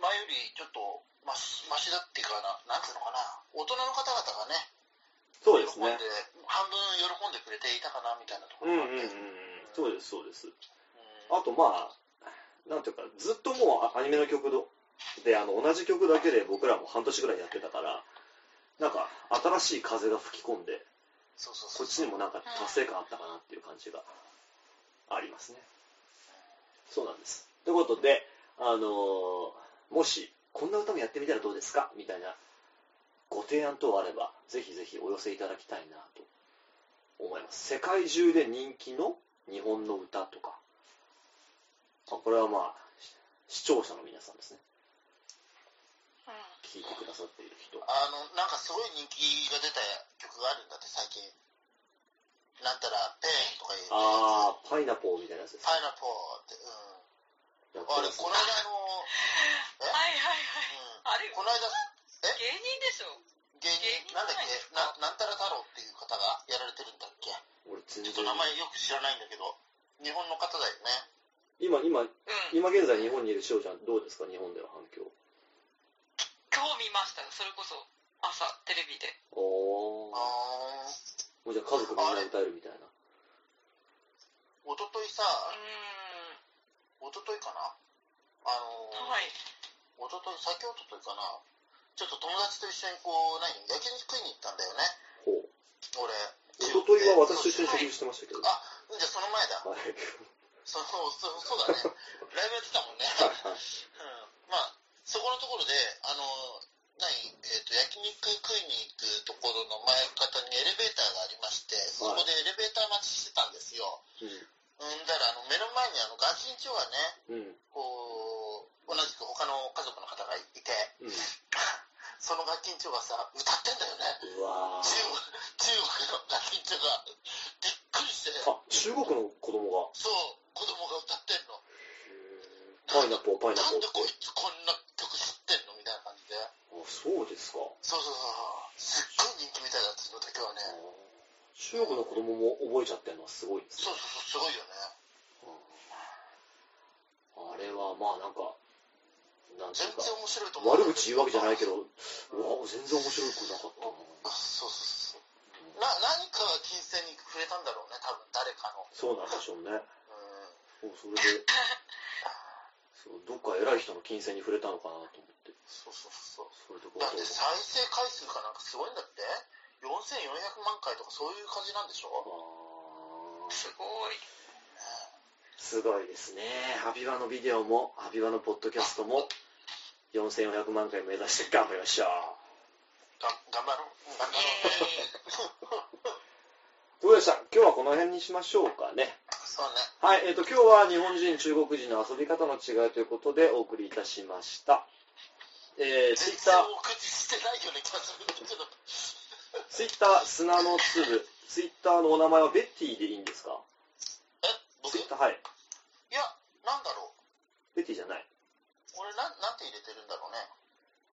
[SPEAKER 2] 前よりちょっと、まし、ましだっていうかな、なんていうのかな、大人の方々がね、
[SPEAKER 1] そうですね
[SPEAKER 2] 喜ん。で半分喜んでくれていたかな、みたいなとこ
[SPEAKER 1] うんうん
[SPEAKER 2] ろ
[SPEAKER 1] うんうん
[SPEAKER 2] があって。。
[SPEAKER 1] そうです、そうです。
[SPEAKER 2] うん
[SPEAKER 1] あとまあ、なんていうか、ずっともうアニメの曲どで、あの、同じ曲だけで僕らも半年ぐらいやってたから、なんか、新しい風が吹き込んで、
[SPEAKER 2] そうそう
[SPEAKER 1] こ
[SPEAKER 2] そう。
[SPEAKER 1] っちにもなんか達成感あったかなっていう感じがありますね。そうなんです。ということで、あのーもし、こんな歌もやってみたらどうですかみたいなご提案等あれば、ぜひぜひお寄せいただきたいなと思います。世界中で人気の日本の歌とか、まあこれはまあ、視聴者の皆さんですね。
[SPEAKER 3] うん
[SPEAKER 1] 聞いてくださっている人。
[SPEAKER 2] あの、なんかすごい人気が出た曲があるんだって、最近。なんたら、ペンとかいう。
[SPEAKER 1] あー、パイナポーみたいなやつですね
[SPEAKER 2] パイナポー
[SPEAKER 1] や
[SPEAKER 2] って、う
[SPEAKER 1] っ
[SPEAKER 2] ん。
[SPEAKER 1] て
[SPEAKER 2] あれ、
[SPEAKER 1] ますね
[SPEAKER 2] この間の、
[SPEAKER 3] はい
[SPEAKER 2] うん
[SPEAKER 3] はいはいあれ
[SPEAKER 2] この間、
[SPEAKER 3] 芸人でしょ
[SPEAKER 2] 芸人、なんだっけ、ななんたら太郎っていう方がやられてるんだっけ。
[SPEAKER 1] 俺全
[SPEAKER 2] ちょ
[SPEAKER 1] 然
[SPEAKER 2] っと名前よく知らないんだけど、日本の方だよね。
[SPEAKER 1] 今、今、
[SPEAKER 3] うん
[SPEAKER 1] 今現在日本にいるしおちゃんどうですか日本では反響
[SPEAKER 3] 今日見ましたよそれこそ朝テレビで
[SPEAKER 1] おー
[SPEAKER 2] あー、
[SPEAKER 1] もうじゃあ家族みんな歌えるみたいな
[SPEAKER 2] おとといさ、
[SPEAKER 3] うーん
[SPEAKER 2] おとといかなあのー、
[SPEAKER 3] はい
[SPEAKER 2] おととい、先おとといかなちょっと友達と一緒にこう、何、焼肉食いに行ったんだよね。
[SPEAKER 1] ほう
[SPEAKER 2] 俺。
[SPEAKER 1] 一昨日は私と一緒に食事してましたけどは
[SPEAKER 2] あ、じゃあその前だ。
[SPEAKER 1] い
[SPEAKER 2] そのそそうだ ね。ライブやってたもんね。
[SPEAKER 1] はいはい
[SPEAKER 2] うん。まあ、そこのところで、あの、何、えっ、と、焼肉食いに行くところの前方にエレベーターがありまして、そこでエレベーター待ちしてたんですよ。うんだら、あの、目の前にあの、ガキンチョがね、
[SPEAKER 1] うんうん
[SPEAKER 2] こう、同じく他の家族の方がいて、
[SPEAKER 1] うん
[SPEAKER 2] そのガキンチョがさ、歌ってんだよね。
[SPEAKER 1] うわ
[SPEAKER 2] 中
[SPEAKER 1] ー
[SPEAKER 2] 国、中国のガキンチョが、びっくりして、そう、
[SPEAKER 1] あ中国の子供が
[SPEAKER 2] 子供が歌ってんの。
[SPEAKER 1] パイナポーパイナ
[SPEAKER 2] なん
[SPEAKER 1] ポー
[SPEAKER 2] でこいつこんな曲知ってんのみたいな感じで。
[SPEAKER 1] あそうですか
[SPEAKER 2] そうそうそう。すっごい人気みたいだったのだけは
[SPEAKER 1] あー
[SPEAKER 2] ね。
[SPEAKER 1] 中国の子供も覚えちゃってるのはすごいです
[SPEAKER 2] そう
[SPEAKER 1] ね
[SPEAKER 2] そうそう、すごいよね。
[SPEAKER 1] あれはまあなんかなんてい
[SPEAKER 2] 全
[SPEAKER 1] うか
[SPEAKER 2] 然面白いと思う。
[SPEAKER 1] 悪口言うわけじゃないけど
[SPEAKER 2] ど。
[SPEAKER 1] うわ全然面白くなかったな
[SPEAKER 2] そうそうそう。な、何かが金銭に触れたんだろうね、多分、誰かの。
[SPEAKER 1] そうなんでしょうね
[SPEAKER 2] うん。
[SPEAKER 1] そうそれでそうどっか偉い人の金銭に触れたのかなと思って
[SPEAKER 2] そうそう
[SPEAKER 1] そ
[SPEAKER 2] そうそう。
[SPEAKER 1] れでこう
[SPEAKER 2] だって再生回数かなんかすごいんだって ?4400 万回とかそういう感じなんでし
[SPEAKER 1] あ
[SPEAKER 2] ょ
[SPEAKER 1] ー
[SPEAKER 3] すごい
[SPEAKER 1] すごいですねハビバのビデオもハビバのポッドキャストも4400万回目指して頑張りましょう。
[SPEAKER 2] が頑張ろう。頑張ろう。
[SPEAKER 3] えー
[SPEAKER 1] どうでした今日はこの辺にしましょうかね。
[SPEAKER 2] そうね。
[SPEAKER 1] はい、えっ、と、今日は日本人、中国人の遊び方の違いということでお送りいたしました。えー、ツイ
[SPEAKER 2] 全
[SPEAKER 1] ッター、
[SPEAKER 2] 然お口してないような気がするんだけど。
[SPEAKER 1] ツイッター、砂の粒。ツイッターのお名前はベッティでいいんですか
[SPEAKER 2] え僕
[SPEAKER 1] ツイ
[SPEAKER 2] い
[SPEAKER 1] ッター、はい。
[SPEAKER 2] や、なんだろう。
[SPEAKER 1] ベッティじゃない。
[SPEAKER 2] 俺なん、なんて入れてるんだろうね。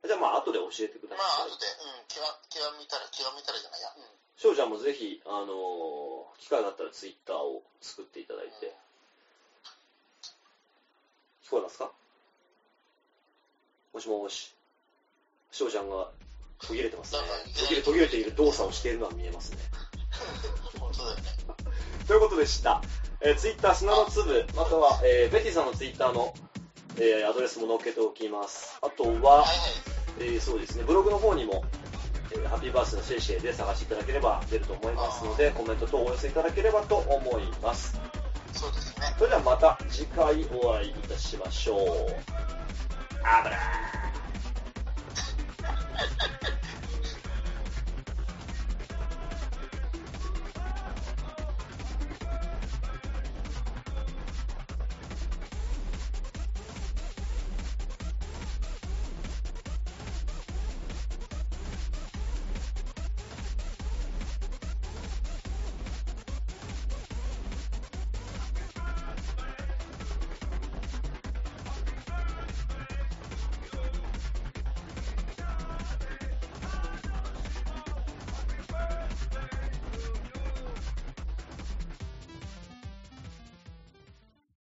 [SPEAKER 1] じゃあまあ、後で教えてくだ
[SPEAKER 2] ま
[SPEAKER 1] さい
[SPEAKER 2] あ、後。で、うん、極極みたら、極みたらじゃないや。うん。
[SPEAKER 1] 翔ちゃんもぜひ、あのー機会があったらツイッターを作っていただいて。聞こえますかもしもし。翔ちゃんが途切れてますね。途切れ、途切れている動作をしているのは見えますね。
[SPEAKER 2] 本当だよね。
[SPEAKER 1] ということでした。えー、ツイッター砂の粒、または、えーベティさんのツイッターの、えーアドレスも載っけておきます。あとは
[SPEAKER 2] は、いはい。
[SPEAKER 1] えーそうですね、ブログの方にも、えーハッピーバースデーのシェイシェイで探していただければ出ると思いますので、コメント等お寄せいただければと思います。
[SPEAKER 2] そうですね。
[SPEAKER 1] それではまた次回お会いいたしましょう。あばらー